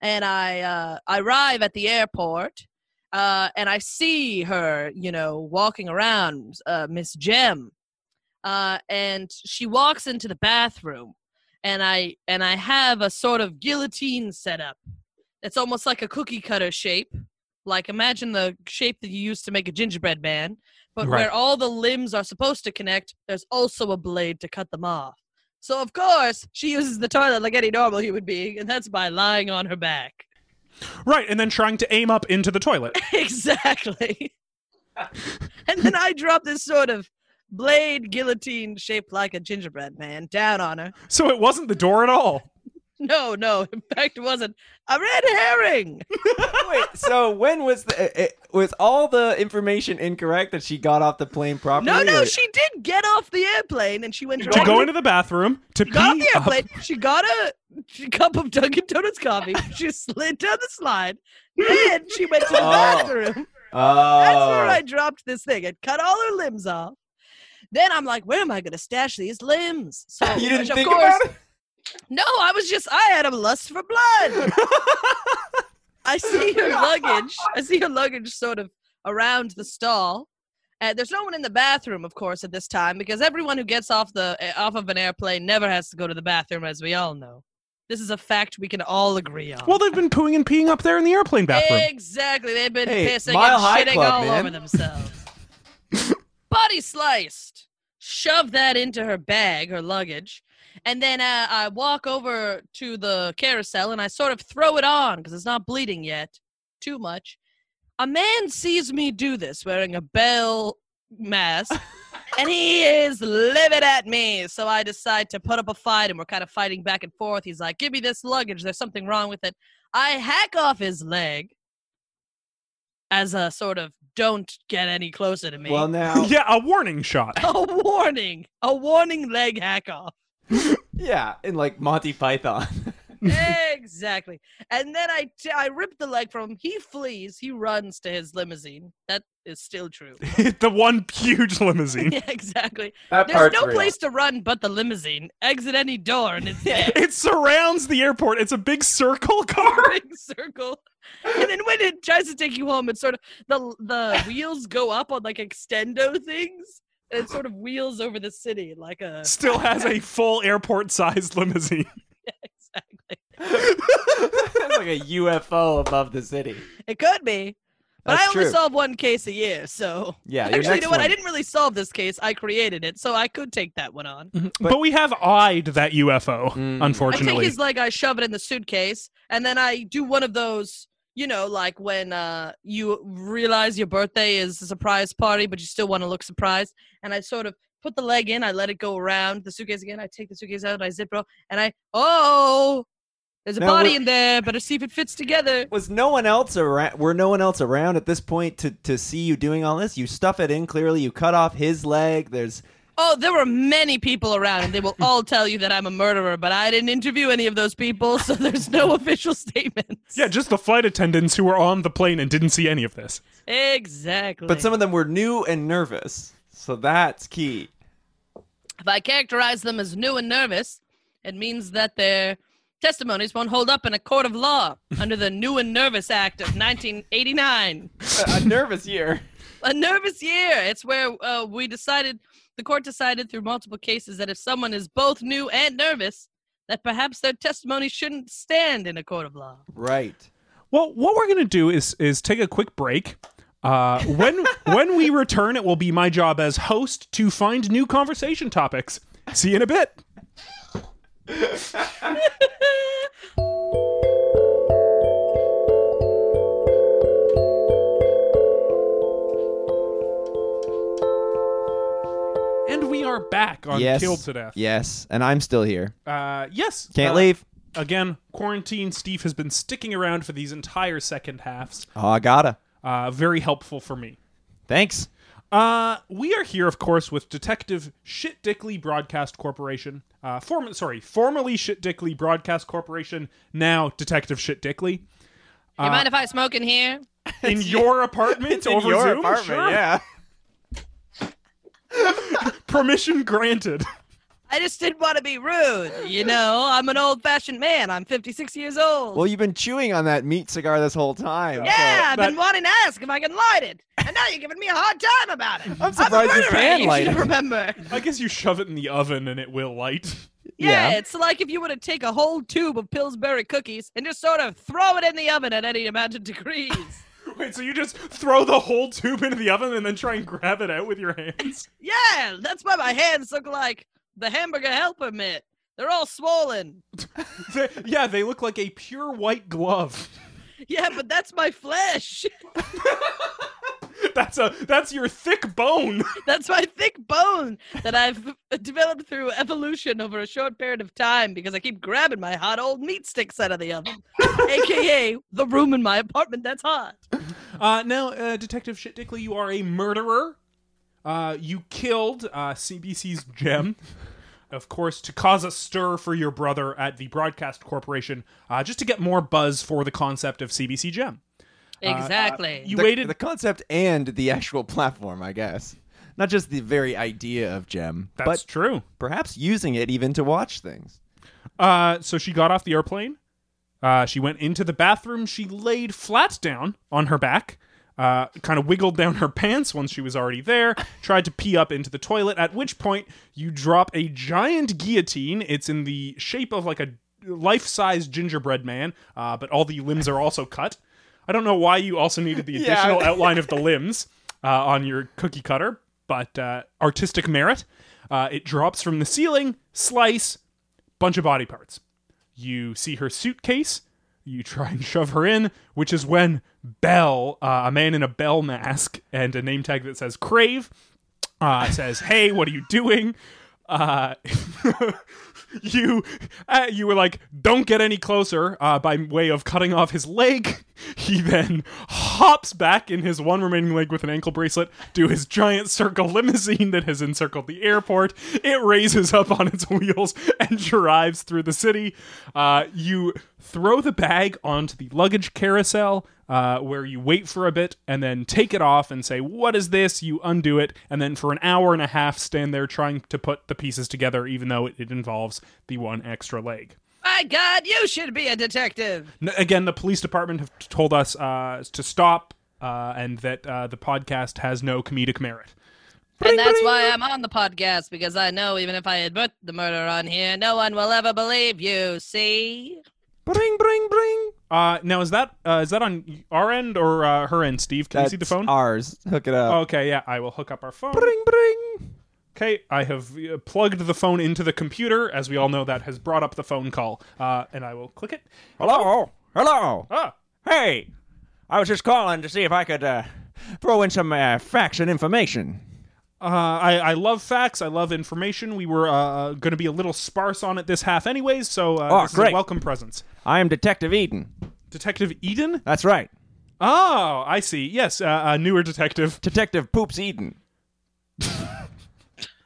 Speaker 3: and I uh, I arrive at the airport, uh, and I see her, you know, walking around, uh, Miss Jem, uh, and she walks into the bathroom, and I and I have a sort of guillotine set up. It's almost like a cookie cutter shape. Like imagine the shape that you use to make a gingerbread man, but
Speaker 1: Right.
Speaker 3: where all the limbs are supposed to connect, there's also a blade to cut them off. So of course she uses the toilet like any normal human being, and that's by lying on her back.
Speaker 1: Right, and then trying to aim up into the toilet.
Speaker 3: exactly. and then I drop this sort of blade guillotine shaped like a gingerbread man down on her.
Speaker 1: So it wasn't the door at all.
Speaker 3: No, no. In fact, it wasn't a red herring.
Speaker 2: Wait, so when was the it, it- was all the information incorrect that she got off the plane properly?
Speaker 3: No, no,
Speaker 2: or-
Speaker 3: she did get off the airplane and she went
Speaker 1: To
Speaker 3: right
Speaker 1: go into the bathroom, to
Speaker 3: She got off
Speaker 1: pee uh-huh.
Speaker 3: the
Speaker 1: up.
Speaker 3: airplane. She got a she- cup of Dunkin' Donuts coffee. She slid down the slide. Then she went to the
Speaker 2: Oh.
Speaker 3: bathroom.
Speaker 2: Oh,
Speaker 3: That's where I dropped this thing. It cut all her limbs off. Then I'm like, where am I going to stash these limbs? So,
Speaker 2: you didn't
Speaker 3: which, of
Speaker 2: think
Speaker 3: course,
Speaker 2: about it.
Speaker 3: No, I was just I had a lust for blood. I see her luggage. I see her luggage sort of around the stall. And there's no one in the bathroom, of course, at this time because everyone who gets off the eh, off of an airplane never has to go to the bathroom, as we all know. This is a fact we can all agree on.
Speaker 1: Well, they've been pooing and peeing up there in the airplane bathroom.
Speaker 3: exactly. They've been
Speaker 2: Hey,
Speaker 3: pissing
Speaker 2: Mile High
Speaker 3: and shitting
Speaker 2: Club,
Speaker 3: all
Speaker 2: man.
Speaker 3: over themselves. Body sliced. Shove that into her bag, her luggage, and then uh, I walk over to the carousel and I sort of throw it on because it's not bleeding yet too much. A man sees me do this wearing a bell mask, and he is livid at me. So I decide to put up a fight, and we're kind of fighting back and forth. He's like, Give me this luggage. There's something wrong with it. I hack off his leg as a sort of don't get any closer to me.
Speaker 2: Well, now,
Speaker 1: Yeah, a warning shot.
Speaker 3: a warning, a warning leg hack off.
Speaker 2: yeah, in like Monty Python.
Speaker 3: exactly. And then I, t- I rip the leg from him. He flees. He runs to his limousine. That is still true.
Speaker 1: the one huge limousine.
Speaker 3: yeah, exactly.
Speaker 2: That
Speaker 3: There's
Speaker 2: part's
Speaker 3: no
Speaker 2: real.
Speaker 3: place to run but the limousine. Exit any door and it's there.
Speaker 1: It surrounds the airport. It's a big circle car.
Speaker 3: Big circle. And then when it tries to take you home, it's sort of the the wheels go up on like extendo things. And it sort of wheels over the city like a
Speaker 1: Still has a full airport-sized limousine.
Speaker 3: exactly.
Speaker 2: That's like a UFO above the city.
Speaker 3: It could be. But
Speaker 2: That's
Speaker 3: I only
Speaker 2: true.
Speaker 3: solve one case a year, so
Speaker 2: Yeah, your
Speaker 3: actually you
Speaker 2: next
Speaker 3: know what?
Speaker 2: one.
Speaker 3: I didn't really solve this case. I created it, so I could take that one on.
Speaker 1: But, we have eyed that UFO,
Speaker 2: Mm.
Speaker 3: I take
Speaker 1: unfortunately.
Speaker 3: his leg, I shove it in the suitcase, and then I do one of those, you know, like when uh, you realize your birthday is a surprise party, but you still want to look surprised. And I sort of put the leg in, I let it go around the suitcase again, I take the suitcase out, I zip it, up, and I, oh, there's a
Speaker 2: Now
Speaker 3: body
Speaker 2: we're-
Speaker 3: in there, better see if it fits together.
Speaker 2: Was no one else around? Were no one else around at this point to to see you doing all this? You stuff it in clearly. You cut off his leg. There's
Speaker 3: Oh, there were many people around, and they will all tell you that I'm a murderer, but I didn't interview any of those people, so there's no official statements.
Speaker 1: yeah, just the flight attendants who were on the plane and didn't see any of this.
Speaker 3: exactly.
Speaker 2: but some of them were new and nervous. So that's key.
Speaker 3: If I characterize them as new and nervous, it means that their testimonies won't hold up in a court of law under the New and Nervous Act of 1989.
Speaker 2: a nervous year.
Speaker 3: A nervous year. It's where uh, we decided, the court decided through multiple cases that if someone is both new and nervous, that perhaps their testimony shouldn't stand in a court of law.
Speaker 2: Right.
Speaker 1: Well, what we're gonna do is is take a quick break. Uh, when when we return, it will be my job as host to find new conversation topics. See you in a bit. and we are back on
Speaker 2: yes.
Speaker 1: Killed to Death.
Speaker 2: Yes, and I'm still here.
Speaker 1: Uh, yes.
Speaker 2: Can't
Speaker 1: Uh,
Speaker 2: leave.
Speaker 1: Again, quarantine Steve has been sticking around for these entire second halves.
Speaker 2: Oh, I gotta.
Speaker 1: Uh, very helpful for me.
Speaker 2: Thanks.
Speaker 1: Uh, we are here, of course, with Detective Shit Dickley Broadcast Corporation. Uh, form- sorry, formerly Shit Dickley Broadcast Corporation, now Detective Shit Dickley.
Speaker 3: You mind if I smoke in here?
Speaker 1: In your apartment
Speaker 2: in
Speaker 1: over
Speaker 2: your
Speaker 1: Zoom?
Speaker 2: apartment,
Speaker 1: Sure.
Speaker 2: yeah.
Speaker 1: Permission granted.
Speaker 3: I just didn't want to be rude. You know, I'm an old fashioned man. I'm 56 years old.
Speaker 2: Well, you've been chewing on that meat cigar this whole time.
Speaker 3: yeah,
Speaker 2: so-
Speaker 3: I've been wanting to ask if I can light it. And now you're giving me a hard time about it.
Speaker 2: I'm surprised
Speaker 3: a
Speaker 2: you
Speaker 3: murderer,
Speaker 2: can light
Speaker 3: should
Speaker 2: it.
Speaker 3: remember.
Speaker 1: I guess you shove it in the oven and it will light.
Speaker 3: Yeah,
Speaker 2: Yeah.
Speaker 3: it's like if you were to take a whole tube of Pillsbury cookies and just sort of throw it in the oven at any imagined degrees.
Speaker 1: Wait, so you just throw the whole tube into the oven and then try and grab it out with your hands?
Speaker 3: yeah, that's why my hands look like the hamburger helper mitt. They're all swollen.
Speaker 1: They- yeah, they look like a pure white glove.
Speaker 3: Yeah, but that's my flesh.
Speaker 1: That's a that's your thick bone.
Speaker 3: That's my thick bone that I've developed through evolution over a short period of time because I keep grabbing my hot old meat sticks out of the oven, aka the room in my apartment that's hot.
Speaker 1: Uh, now, uh, Detective Shit Dickley, you are a murderer. Uh, you killed uh, CBC's Gem, of course, to cause a stir for your brother at the Broadcast Corporation, uh, just to get more buzz for the concept of CBC Gem.
Speaker 3: Uh, Exactly.
Speaker 1: You
Speaker 2: the,
Speaker 1: waited.
Speaker 2: the concept and the actual platform, I guess. Not just the very idea of Gem,
Speaker 1: That's
Speaker 2: but
Speaker 1: true.
Speaker 2: perhaps using it even to watch things.
Speaker 1: Uh, so she got off the airplane. Uh, she went into the bathroom. She laid flat down on her back, uh, kind of wiggled down her pants once she was already there, tried to pee up into the toilet, at which point you drop a giant guillotine. It's in the shape of like a life size gingerbread man, uh, but all the limbs are also cut. I don't know why you also needed the
Speaker 2: Yeah.
Speaker 1: additional outline of the limbs uh, on your cookie cutter, but uh, artistic merit. Uh, it drops from the ceiling, slice, bunch of body parts. You see her suitcase. You try and shove her in, which is when Bell, uh, a man in a Bell mask and a name tag that says Crave, uh, says, "Hey, what are you doing?" Uh, you uh, you were like, "Don't get any closer." Uh, by way of cutting off his leg, he then hops back in his one remaining leg with an ankle bracelet to his giant circle limousine that has encircled the airport. It raises up on its wheels and drives through the city. Uh, you throw the bag onto the luggage carousel uh, where you wait for a bit and then take it off and say, What is this? You undo it, and then for an hour and a half stand there trying to put the pieces together, even though it, it involves the one extra leg.
Speaker 3: my God, you should be a detective.
Speaker 1: N- again, the police department have t- told us uh, to stop uh, and that uh, the podcast has no comedic merit.
Speaker 3: And that's why I'm on the podcast because I know even if I admit the murder on here, no one will ever believe you. See?
Speaker 2: Bring, bring, bring.
Speaker 1: Uh, now, is that uh, is that on our end or uh, her end, Steve? Can
Speaker 2: That's
Speaker 1: you see the phone? Oh.
Speaker 2: Ours. Hook it up.
Speaker 1: okay, yeah, I will hook up our phone.
Speaker 2: Bring, bring.
Speaker 1: Okay, I have uh, plugged the phone into the computer. As we all know, that has brought up the phone call. Uh, and I will click it.
Speaker 2: Hello. Hello.
Speaker 1: Ah,
Speaker 2: Hey. I was just calling to see if I could uh, throw in some uh, facts and information.
Speaker 1: Uh, I, I love facts. I love information. We were uh, going to be a little sparse on it this half, anyways. So uh,
Speaker 2: Oh,
Speaker 1: this is
Speaker 2: great.
Speaker 1: a welcome presence.
Speaker 2: I am Detective Eden.
Speaker 1: Detective Eden.
Speaker 2: That's right.
Speaker 1: Oh, I see. Yes, uh, a newer detective.
Speaker 2: Detective Poops Eden.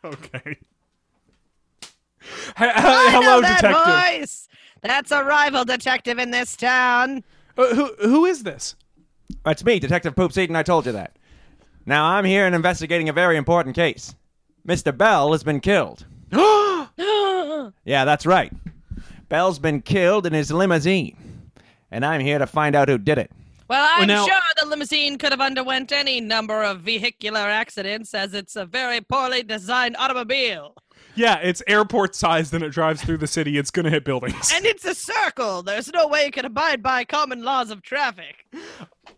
Speaker 1: Okay. He- he- hello,
Speaker 3: that
Speaker 1: detective.
Speaker 3: voice. That's a rival detective in this town.
Speaker 1: Uh, who who is this?
Speaker 2: That's me, Detective Poops Eaton. I told you that. Now I'm here and investigating a very important case. Mr. Bell has been killed. yeah, that's right. Bell's been killed in his limousine, and I'm here to find out who did it.
Speaker 3: Well, I'm
Speaker 1: now-
Speaker 3: sure the limousine could have underwent any number of vehicular accidents as it's a very poorly designed automobile.
Speaker 1: Yeah, it's airport sized and it drives through the city. It's gonna hit buildings.
Speaker 3: And it's a circle. There's no way it could abide by common laws of traffic.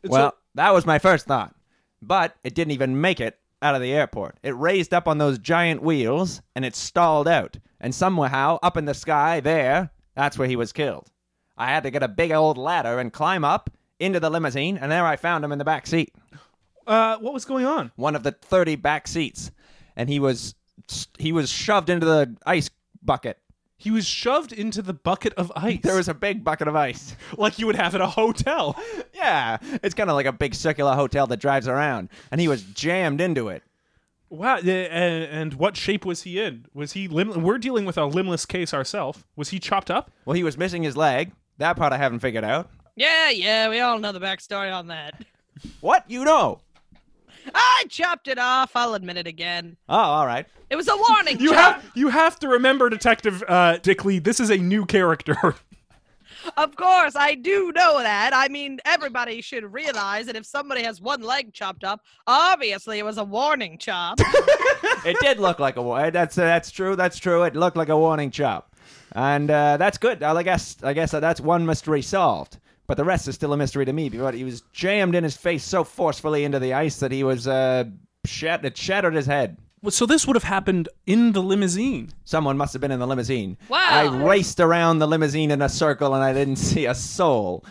Speaker 2: Well, that was my first thought, but it didn't even make it out of the airport. It raised up on those giant wheels and it stalled out, and somehow up in the sky there, that's where he was killed. I had to get a big old ladder and climb up into the limousine, and there I found him in the back seat.
Speaker 1: uh, what was going on?
Speaker 2: one of the 30 back seats and he was he was shoved into the ice bucket
Speaker 1: He was shoved into the bucket of ice.
Speaker 2: There was a big bucket of ice.
Speaker 1: like you would have at a hotel.
Speaker 2: Yeah, it's kind of like a big circular hotel that drives around, and he was jammed into it.
Speaker 1: Wow. uh, And, and what shape was he in? Was he limb? We're dealing with a limbless case ourselves. Was he chopped up?
Speaker 2: Well, he was missing his leg. That part I haven't figured out.
Speaker 3: Yeah, yeah, we all know the backstory on that.
Speaker 2: What you know?
Speaker 3: I chopped it off. I'll admit it again.
Speaker 2: Oh, all right.
Speaker 3: It was a warning
Speaker 1: You
Speaker 3: chop.
Speaker 1: have you have to remember, Detective uh, Dickley. This is a new character.
Speaker 3: Of course, I do know that. I mean, everybody should realize that if somebody has one leg chopped up, obviously it was a warning chop.
Speaker 2: It did look like a warning. That's eh, that's true. That's true. It looked like a warning chop, and uh, that's good. Well, I guess I guess that's one mystery solved. But the rest is still a mystery to me. But he was jammed in his face so forcefully into the ice that he was uh, shat- it shattered his head.
Speaker 1: so this would have happened in the limousine.
Speaker 2: Someone must have been in the limousine.
Speaker 3: Wow.
Speaker 2: I raced around the limousine in a circle and I didn't see a soul.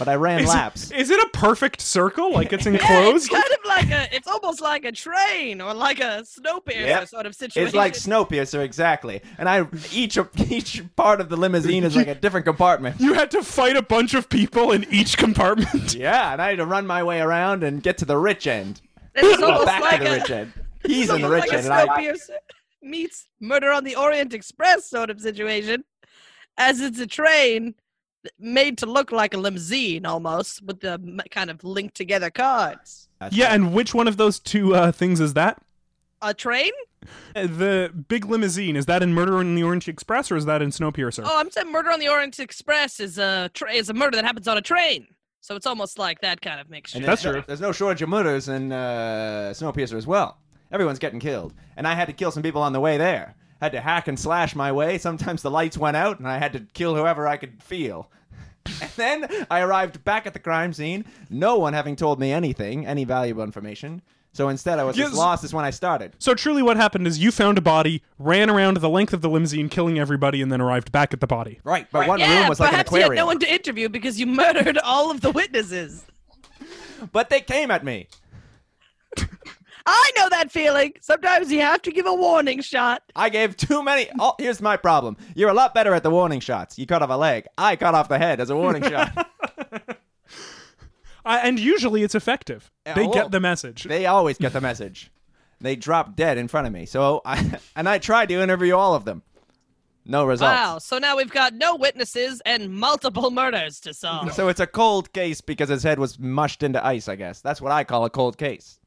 Speaker 2: But I ran
Speaker 1: Is
Speaker 2: laps.
Speaker 1: it, is it a perfect circle? Like it's
Speaker 3: Yeah, it's
Speaker 1: enclosed?
Speaker 3: kind of like a, it's almost like a train or like a snowpiercer
Speaker 2: Yep.
Speaker 3: sort of situation.
Speaker 2: It's like Snowpiercer, exactly. And I each each part of the limousine is like a different compartment.
Speaker 1: you had to fight a bunch of people in each compartment.
Speaker 2: Yeah, and I had to run my way around and get to the rich end.
Speaker 3: it's
Speaker 2: Well,
Speaker 3: almost
Speaker 2: back
Speaker 3: like
Speaker 2: to the
Speaker 3: a,
Speaker 2: rich end.
Speaker 3: it's
Speaker 2: He's in the
Speaker 3: almost
Speaker 2: rich
Speaker 3: like
Speaker 2: end.
Speaker 3: a
Speaker 2: And I,
Speaker 3: snowpiercer meets Murder on the Orient Express sort of situation, as it's a train made to look like a limousine almost with the m- kind of linked together cards.
Speaker 2: That's
Speaker 1: yeah,
Speaker 2: right.
Speaker 1: and which one of those two uh, things is that?
Speaker 3: A train?
Speaker 1: Uh, The big limousine is that in Murder on the Orange Express or is that in Snowpiercer?
Speaker 3: Oh, I'm saying Murder on the Orient Express is a tra- is a murder that happens on a train. So it's almost like that kind of mixture.
Speaker 2: And
Speaker 1: That's
Speaker 2: there's,
Speaker 1: true.
Speaker 2: There's no shortage of murders in uh, Snowpiercer as well. Everyone's getting killed, and I had to kill some people on the way there. Had to hack and slash my way. Sometimes the lights went out, and I had to kill whoever I could feel. And then I arrived back at the crime scene, no one having told me anything, any valuable information. So instead, I was
Speaker 1: Yes.
Speaker 2: as lost as when I started.
Speaker 1: So truly, what happened is you found a body, ran around the length of the limousine, killing everybody, and then arrived back at the body.
Speaker 2: Right, but one
Speaker 3: yeah,
Speaker 2: room was like an
Speaker 3: perhaps you had
Speaker 2: aquarium.
Speaker 3: no one to interview because you murdered all of the witnesses.
Speaker 2: But they came at me.
Speaker 3: I know that feeling. Sometimes you have to give a warning shot.
Speaker 2: I gave too many. Oh, here's my problem. You're a lot better at the warning shots. You cut off a leg. I cut off the head as a warning shot.
Speaker 1: I, and usually, it's effective.
Speaker 2: Yeah,
Speaker 1: they
Speaker 2: well,
Speaker 1: get the message.
Speaker 2: They always get the message. They drop dead in front of me. So I and I tried to interview all of them. No results.
Speaker 3: Wow. So now we've got no witnesses and multiple murders to solve.
Speaker 2: So it's a cold case because his head was mushed into ice. I guess that's what I call a cold case.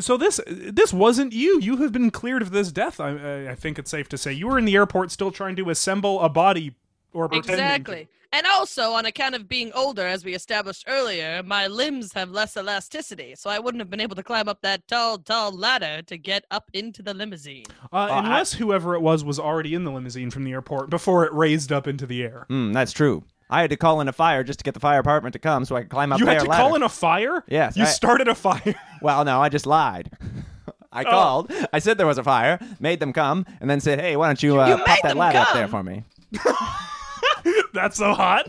Speaker 1: so this this wasn't you. You have been cleared of this death. I, I- I think it's safe to say you were in the airport still trying to assemble a body or pretending to.
Speaker 3: Exactly. And also, on account of being older, as we established earlier, my limbs have less elasticity, so I wouldn't have been able to climb up that tall, tall ladder to get up into the limousine.
Speaker 1: Uh, unless whoever it was was already in the limousine from the airport before it raised up into the air.
Speaker 2: Hmm, that's true. I had to call in a fire just to get the fire department to come so I could climb up
Speaker 1: You
Speaker 2: their
Speaker 1: had to
Speaker 2: ladder.
Speaker 1: call in a fire.
Speaker 2: Yes,
Speaker 1: you
Speaker 2: I-
Speaker 1: started a Oh. fire.
Speaker 2: Well, no, I just lied. I called. I said there was a fire, made them come, and then said, "Hey, why don't you, uh,
Speaker 3: You
Speaker 2: pop
Speaker 3: made
Speaker 2: that
Speaker 3: them
Speaker 2: ladder up there
Speaker 3: come?
Speaker 2: for me?"
Speaker 1: That's so hot.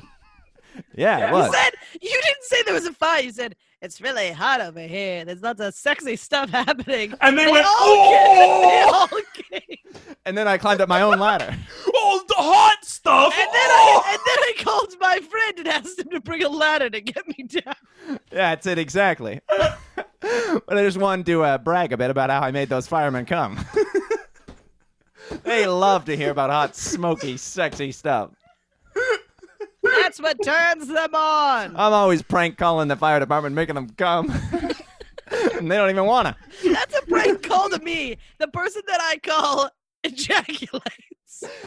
Speaker 2: Yeah, it was.
Speaker 3: You said you didn't say there was a fire. You said it's really hot over here. There's lots of sexy stuff happening.
Speaker 1: And they went,
Speaker 2: "Oh!"
Speaker 3: all came- they all came.
Speaker 2: And then I climbed up my own ladder.
Speaker 1: Oh, the hot stuff. Oh!
Speaker 3: And then
Speaker 2: Oh!
Speaker 3: I and then I called my friend and asked him to bring a ladder to get me down.
Speaker 2: Yeah, that's it exactly. but I just wanted to uh, brag a bit about how I made those firemen come. they love to hear about hot, smoky, sexy stuff.
Speaker 3: That's what turns them on.
Speaker 2: I'm always prank calling the fire department, making them come. and they don't even wanna.
Speaker 3: That's a prank call to me. The person that I call ejaculates.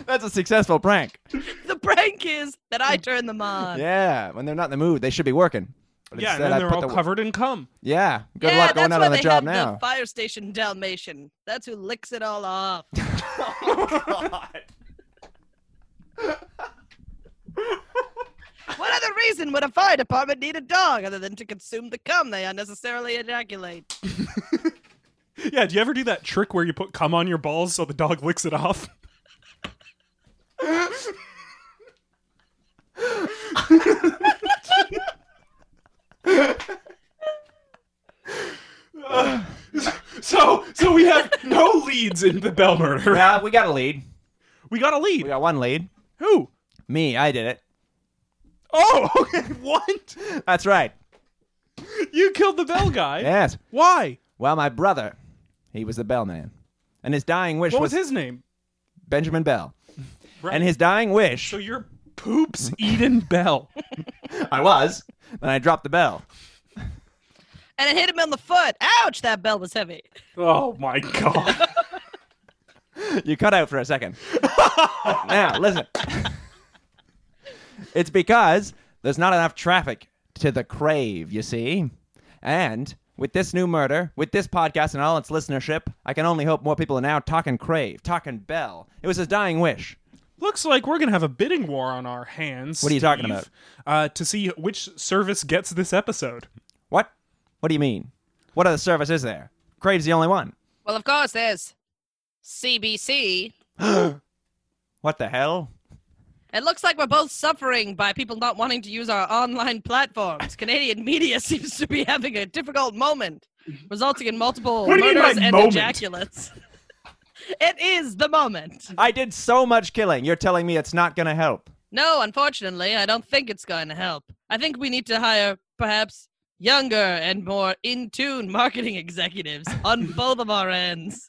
Speaker 2: That's a successful prank.
Speaker 3: The prank is that I turn them on.
Speaker 2: Yeah, when they're not in the mood, they should be working. But
Speaker 1: yeah, and then
Speaker 2: instead I
Speaker 1: they're
Speaker 2: put
Speaker 1: all
Speaker 2: the-
Speaker 1: covered in cum.
Speaker 2: Yeah, good
Speaker 3: Yeah,
Speaker 2: luck going
Speaker 3: that's
Speaker 2: out
Speaker 3: why
Speaker 2: on the
Speaker 3: they
Speaker 2: job
Speaker 3: have
Speaker 2: now.
Speaker 3: the fire station Dalmatian. That's who licks it all off. What other reason would a fire department need a dog other than to consume the cum they unnecessarily ejaculate?
Speaker 1: Yeah, do you ever do that trick where you put cum on your balls so the dog licks it off? Uh, so, so we have no leads in the Bell murder.
Speaker 2: Well, we got a lead.
Speaker 1: We got a
Speaker 2: We
Speaker 1: lead.
Speaker 2: got one lead.
Speaker 1: Who?
Speaker 2: Me, I did it.
Speaker 1: Oh, okay. What?
Speaker 2: That's right.
Speaker 1: You killed the bell guy.
Speaker 2: Yes.
Speaker 1: Why?
Speaker 2: Well, my brother, he was the bellman, and his dying wish
Speaker 1: What was his name?
Speaker 2: Benjamin Bell.
Speaker 1: Right.
Speaker 2: And his dying wish.
Speaker 1: So you're Poops Eden Bell.
Speaker 2: I was. Then I dropped the bell.
Speaker 3: And it hit him on the foot. Ouch, that bell was heavy.
Speaker 1: Oh my god.
Speaker 2: You cut out for a second. now, listen. it's because there's not enough traffic to the crave, you see? And with this new murder, with this podcast and all its listenership, I can only hope more people are now talking crave, talking bell. It was his dying wish.
Speaker 1: Looks like we're gonna have a bidding war on our hands.
Speaker 2: What are you talking
Speaker 1: Steve, Uh, to see which service gets this episode.
Speaker 2: What? What do you mean? What other service is there? Crave's the only one.
Speaker 3: Well, of course, there's CBC.
Speaker 2: What the hell?
Speaker 3: It looks like we're both suffering by people not wanting to use our online platforms. Canadian media seems to be having a difficult moment, resulting in multiple
Speaker 1: What do you mean by
Speaker 3: murders and
Speaker 1: moment?
Speaker 3: ejaculates. it is the moment.
Speaker 2: I did so much killing. You're telling me it's not going to help.
Speaker 3: No, unfortunately, I don't think it's going to help. I think we need to hire perhaps younger and more in tune marketing executives on both of our ends.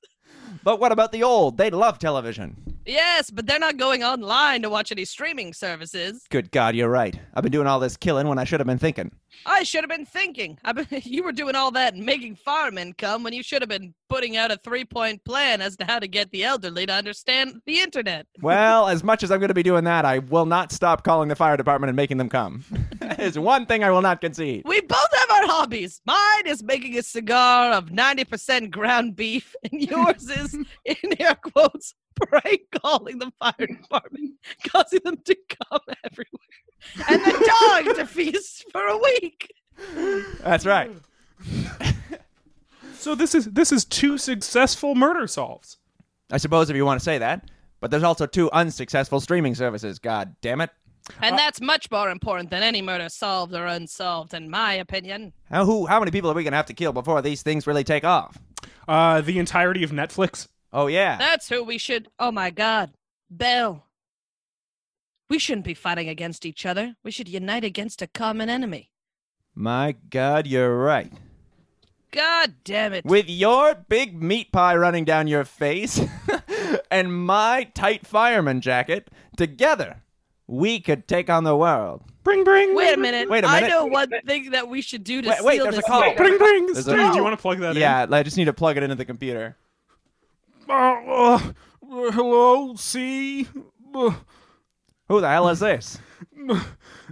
Speaker 2: But what about the old? They love television.
Speaker 3: Yes, but they're not going online to watch any streaming services.
Speaker 2: Good God, you're right. I've been doing all this killing when I should have been thinking.
Speaker 3: I should have been thinking. I been, you were doing all that and making farm income when you should have been putting out a three point plan as to how to get the elderly to understand the internet.
Speaker 2: Well, as much as I'm going to be doing that, I will not stop calling the fire department and making them come. that is one thing I will not concede.
Speaker 3: We both have our hobbies. Mine is making a cigar of 90% ground beef, and yours is, in air quotes, prank calling the fire department, causing them to come everywhere, and the dog to feast for a week.
Speaker 2: That's right.
Speaker 1: So this is this is two successful murder solves.
Speaker 2: I suppose if you want to say that. But there's also two unsuccessful streaming services. God damn it.
Speaker 3: And that's much more important than any murder solved or unsolved, in my opinion.
Speaker 2: How, who, how many people are we going to have to kill before these things really take off?
Speaker 1: Uh, the entirety of Netflix.
Speaker 2: Oh, yeah.
Speaker 3: That's who we should. Oh my God, Bell. We shouldn't be fighting against each other. We should unite against a common enemy.
Speaker 2: My God, you're right.
Speaker 3: God damn it.
Speaker 2: With your big meat pie running down your face and my tight fireman jacket, together we could take on the world.
Speaker 1: Bring, bring.
Speaker 3: Wait a minute.
Speaker 2: Wait a
Speaker 3: I
Speaker 2: minute.
Speaker 3: know one thing that we should do to
Speaker 2: Wait, wait,
Speaker 3: seal
Speaker 2: there's a
Speaker 3: this
Speaker 2: call.
Speaker 3: murder.
Speaker 1: Bring, bring.
Speaker 2: There's
Speaker 1: Steve,
Speaker 2: a-
Speaker 1: do you want to plug that in?
Speaker 2: Yeah, I just need to plug it into the computer.
Speaker 1: Uh, uh, hello, C. Uh,
Speaker 2: Who the hell is this?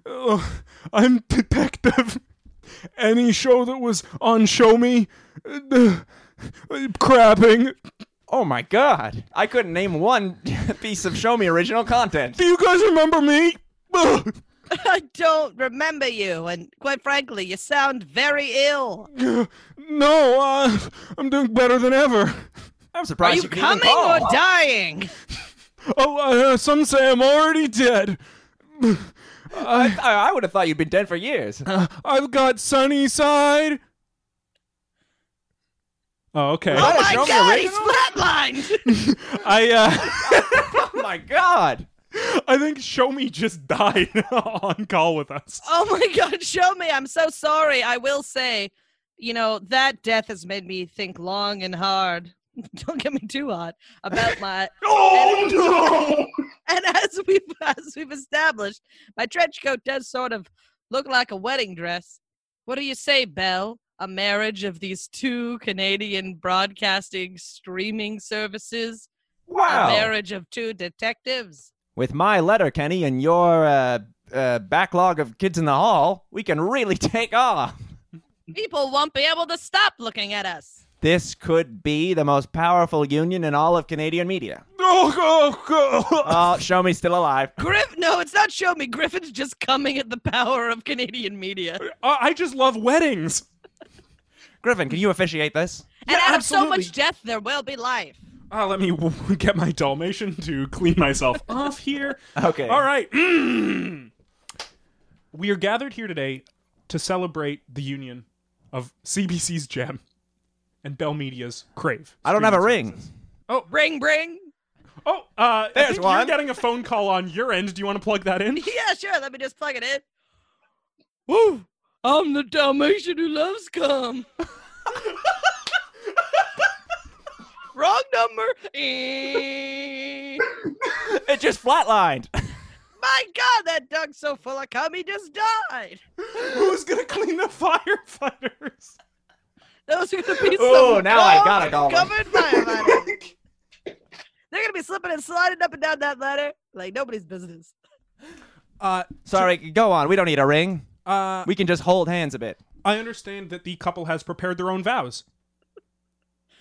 Speaker 1: uh, I'm detective. Any show that was on Show Me, uh, uh, crapping.
Speaker 2: Oh my god. I couldn't name one piece of show me original content.
Speaker 1: Do you guys remember me? Uh,
Speaker 3: I don't remember you, and quite frankly, you sound very ill.
Speaker 1: no, uh, I'm doing better than ever.
Speaker 2: I'm
Speaker 3: Are
Speaker 2: surprised
Speaker 3: you
Speaker 2: could even
Speaker 3: coming
Speaker 2: call.
Speaker 3: or dying?
Speaker 1: Oh, uh, some say I'm already dead.
Speaker 2: I, I, I would have thought you'd been dead for years.
Speaker 1: Uh, I've got sunny side. Oh, okay.
Speaker 3: Oh
Speaker 2: Gotta
Speaker 3: my
Speaker 2: show me
Speaker 3: god, he's
Speaker 2: original?
Speaker 3: flatlined!
Speaker 1: I uh,
Speaker 2: oh my god.
Speaker 1: I think Show Me just died on call with us.
Speaker 3: oh my god, show me. I'm so sorry. I will say, you know, that death has made me think long and hard. Don't get me too hot about my
Speaker 1: Oh no!
Speaker 3: and as we've as we've established, my trench coat does sort of look like a wedding dress. What do you say, Belle? A marriage of these two Canadian broadcasting streaming services?
Speaker 2: Wow.
Speaker 3: A marriage of two detectives?
Speaker 2: With my letter, Kenny, and your uh, uh, backlog of kids in the hall, we can really take off.
Speaker 3: People won't be able to stop looking at us.
Speaker 2: This could be the most powerful union in all of Canadian media.
Speaker 1: Oh, oh, oh.
Speaker 2: Oh, show me still alive.
Speaker 3: Griff, no, it's not show me. Griffin's just coming at the power of Canadian media.
Speaker 1: I I just love weddings.
Speaker 2: Griffin, can you officiate this?
Speaker 3: and out
Speaker 1: absolutely.
Speaker 3: of so much death, there will be life.
Speaker 1: Ah, let me w- get my Dalmatian to clean myself off here.
Speaker 2: Okay.
Speaker 1: All right. Mm. We are gathered here today to celebrate the union of CBC's Gem and Bell Media's Crave.
Speaker 2: I don't have a
Speaker 1: Streaming
Speaker 2: ring.
Speaker 1: services.
Speaker 3: Ring, ring.
Speaker 1: Oh, uh, I
Speaker 2: There's
Speaker 1: think you're
Speaker 2: one.
Speaker 1: getting a phone call on your end. Do you want to plug that in?
Speaker 3: yeah, sure. Let me just plug it in. Woo! I'm the Dalmatian who loves cum. Wrong number. Eh.
Speaker 2: It just flatlined.
Speaker 3: My God, that dug's so full of cum, he just died.
Speaker 1: Who's gonna clean the firefighters?
Speaker 3: Those are gonna be some
Speaker 2: Ooh, now I
Speaker 3: cum
Speaker 2: gotta call him.
Speaker 3: covered firefighters. They're gonna be slipping and sliding up and down that ladder like nobody's business.
Speaker 1: Uh,
Speaker 2: Sorry, go on. We don't need a ring.
Speaker 1: uh,
Speaker 2: We can just hold hands a bit.
Speaker 1: I understand that the couple has prepared their own vows.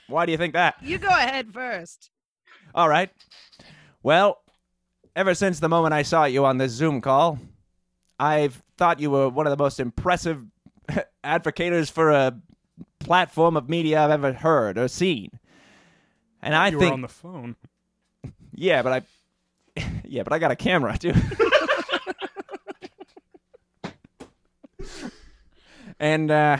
Speaker 2: Why do you think that?
Speaker 3: You go ahead first.
Speaker 2: All right. Well, ever since the moment I saw you on this Zoom call, I've thought you were one of the most impressive advocators for a platform of media I've ever heard or seen. And I
Speaker 1: you
Speaker 2: think
Speaker 1: were on the phone.
Speaker 2: Yeah, but I Yeah, but I got a camera too. and uh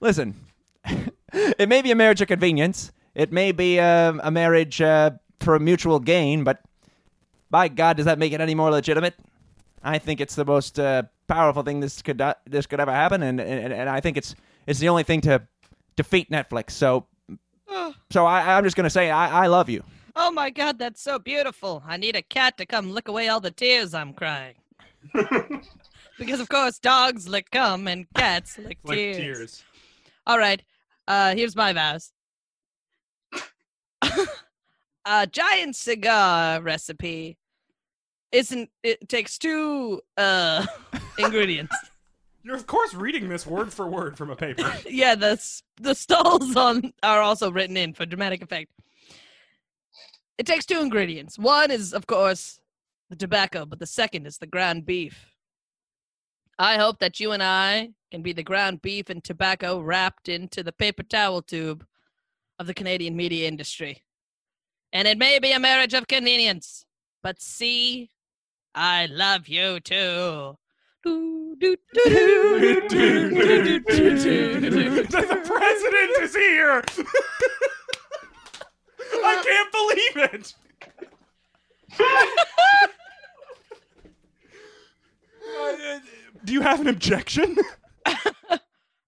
Speaker 2: listen, it may be a marriage of convenience. It may be um a marriage uh, for mutual gain, but by God, does that make it any more legitimate? I think it's the most uh, powerful thing this could uh, this could ever happen, and, and and I think it's it's the only thing to defeat Netflix. So, so I, I'm just gonna say I, I love you.
Speaker 3: Oh my God, that's so beautiful. I need a cat to come lick away all the tears I'm crying. because, of course, dogs lick cum and cats lick
Speaker 1: Like
Speaker 3: tears.
Speaker 1: tears.
Speaker 3: All right, uh, here's my vows a giant cigar recipe isn't, it takes two uh, ingredients.
Speaker 1: You're of course reading this word for word from a paper.
Speaker 3: yeah, the s- the stalls on are also written in for dramatic effect. It takes two ingredients. One is, of course, the tobacco, but the second is the ground beef. I hope that you and I can be the ground beef and tobacco wrapped into the paper towel tube of the Canadian media industry. And it may be a marriage of convenience, but see, I love you too. Doo, doo, doo, doo, doo, doo, doo, doo, doo, doo, doo.
Speaker 1: the president is here. I can't believe it. Uh, Do you have an objection?
Speaker 3: Uh,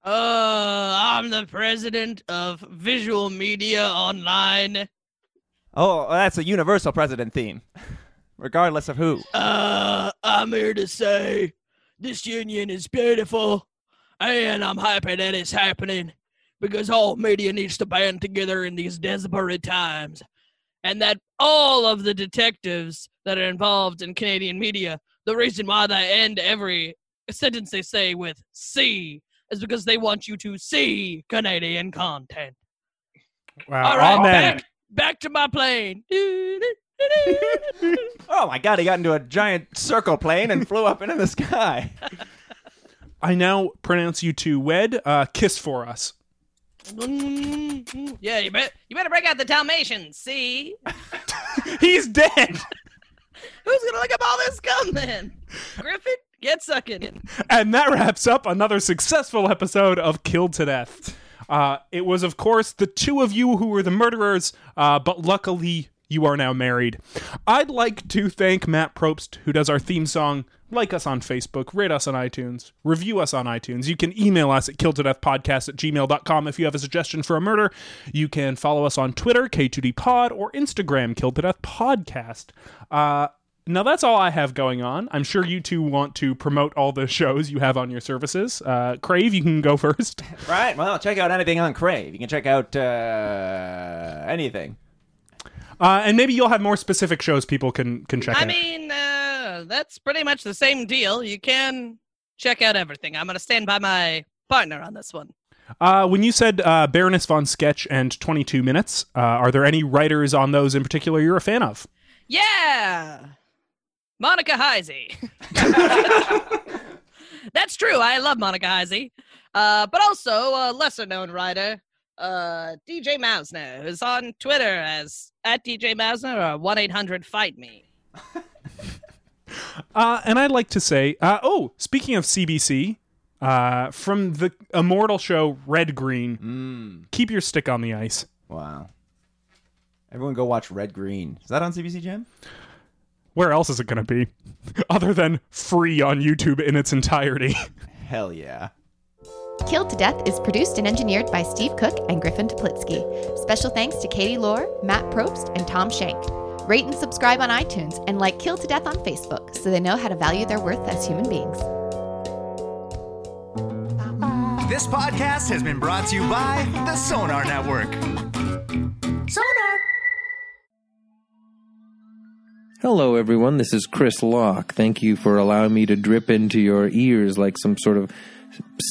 Speaker 3: I'm the president of Visual Media Online.
Speaker 2: Oh, well, that's a universal president theme, regardless of who.
Speaker 3: Uh, I'm here to say this union is beautiful, and I'm happy that it's happening because all media needs to band together in these desperate times, and that all of the detectives that are involved in Canadian media, the reason why they end every sentence they say with "see" is because they want you to see Canadian content.
Speaker 1: Wow.
Speaker 3: All right, back, back to my plane.
Speaker 2: Oh my God, he got into a giant circle plane and flew up into the sky.
Speaker 1: I now pronounce you to wed. Uh, kiss for us.
Speaker 3: yeah, you bet. You better break out the Dalmatians. See,
Speaker 1: He's dead.
Speaker 3: who's gonna look up all this gum then? Griffin, get sucking.
Speaker 1: And that wraps up another successful episode of Killed to Death. Uh, it was, of course, the two of you who were the murderers, uh, but luckily you are now married. I'd like to thank Matt Probst, who does our theme song. Like us on Facebook, rate us on iTunes, review us on iTunes. You can email us at killtodeathpodcast at gmail.com if you have a suggestion for a murder. You can follow us on Twitter, K2DPod, or Instagram, Killed to Death Podcast. Uh, now that's all I have going on. I'm sure you two want to promote all the shows you have on your services. Uh, Crave, you can go first.
Speaker 2: Right. Well, check out anything on Crave. You can check out uh, anything.
Speaker 1: Uh, and maybe you'll have more specific shows people can can check
Speaker 3: I
Speaker 1: out.
Speaker 3: mean, uh, that's pretty much the same deal. You can check out everything. I'm gonna stand by my partner on this one.
Speaker 1: uh, when you said uh, Baroness von Sketch and 22 Minutes, uh, are there any writers on those in particular you're a fan of?
Speaker 3: Yeah. Monica Heisey. That's true. I love Monica Heisey. Uh, but also a lesser known writer, uh, DJ Mausner, who's on Twitter as at DJ Mausner or 1 800 Fight Me.
Speaker 1: Uh, and I'd like to say, uh, oh, speaking of CBC, uh, from the
Speaker 3: Mm.
Speaker 1: immortal show Red Green, keep your stick on the ice.
Speaker 2: Wow. Everyone go watch Red Green. Is that on CBC Jam?
Speaker 1: Where else is it going to be? Other than free on YouTube in its entirety.
Speaker 2: Hell yeah.
Speaker 4: Killed to Death is produced and engineered by Steve Cook and Griffin Toplitsky. Special thanks to Katie Lohr, Matt Probst, and Tom Shank. Rate and subscribe on iTunes and like Killed to Death on Facebook so they know how to value their worth as human beings.
Speaker 5: This podcast has been brought to you by the Sonar Network. Sonar!
Speaker 6: Hello, everyone. This is Chris Locke. Thank you for allowing me to drip into your ears like some sort of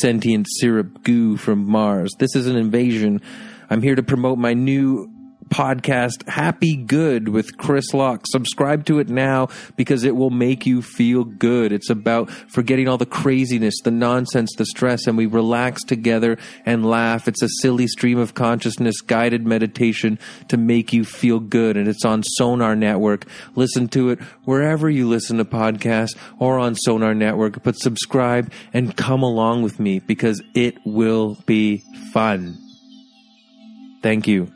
Speaker 6: sentient syrup goo from Mars. This is an invasion. I'm here to promote my new podcast, Happy Good, with Chris Locke. Subscribe to it now because it will make you feel good. It's about forgetting all the craziness, the nonsense, the stress, and we relax together and laugh. It's a silly stream of consciousness, guided meditation to make you feel good. And it's on Sonar Network. Listen to it wherever you listen to podcasts or on Sonar Network, but subscribe and come along with me because it will be fun. Thank you.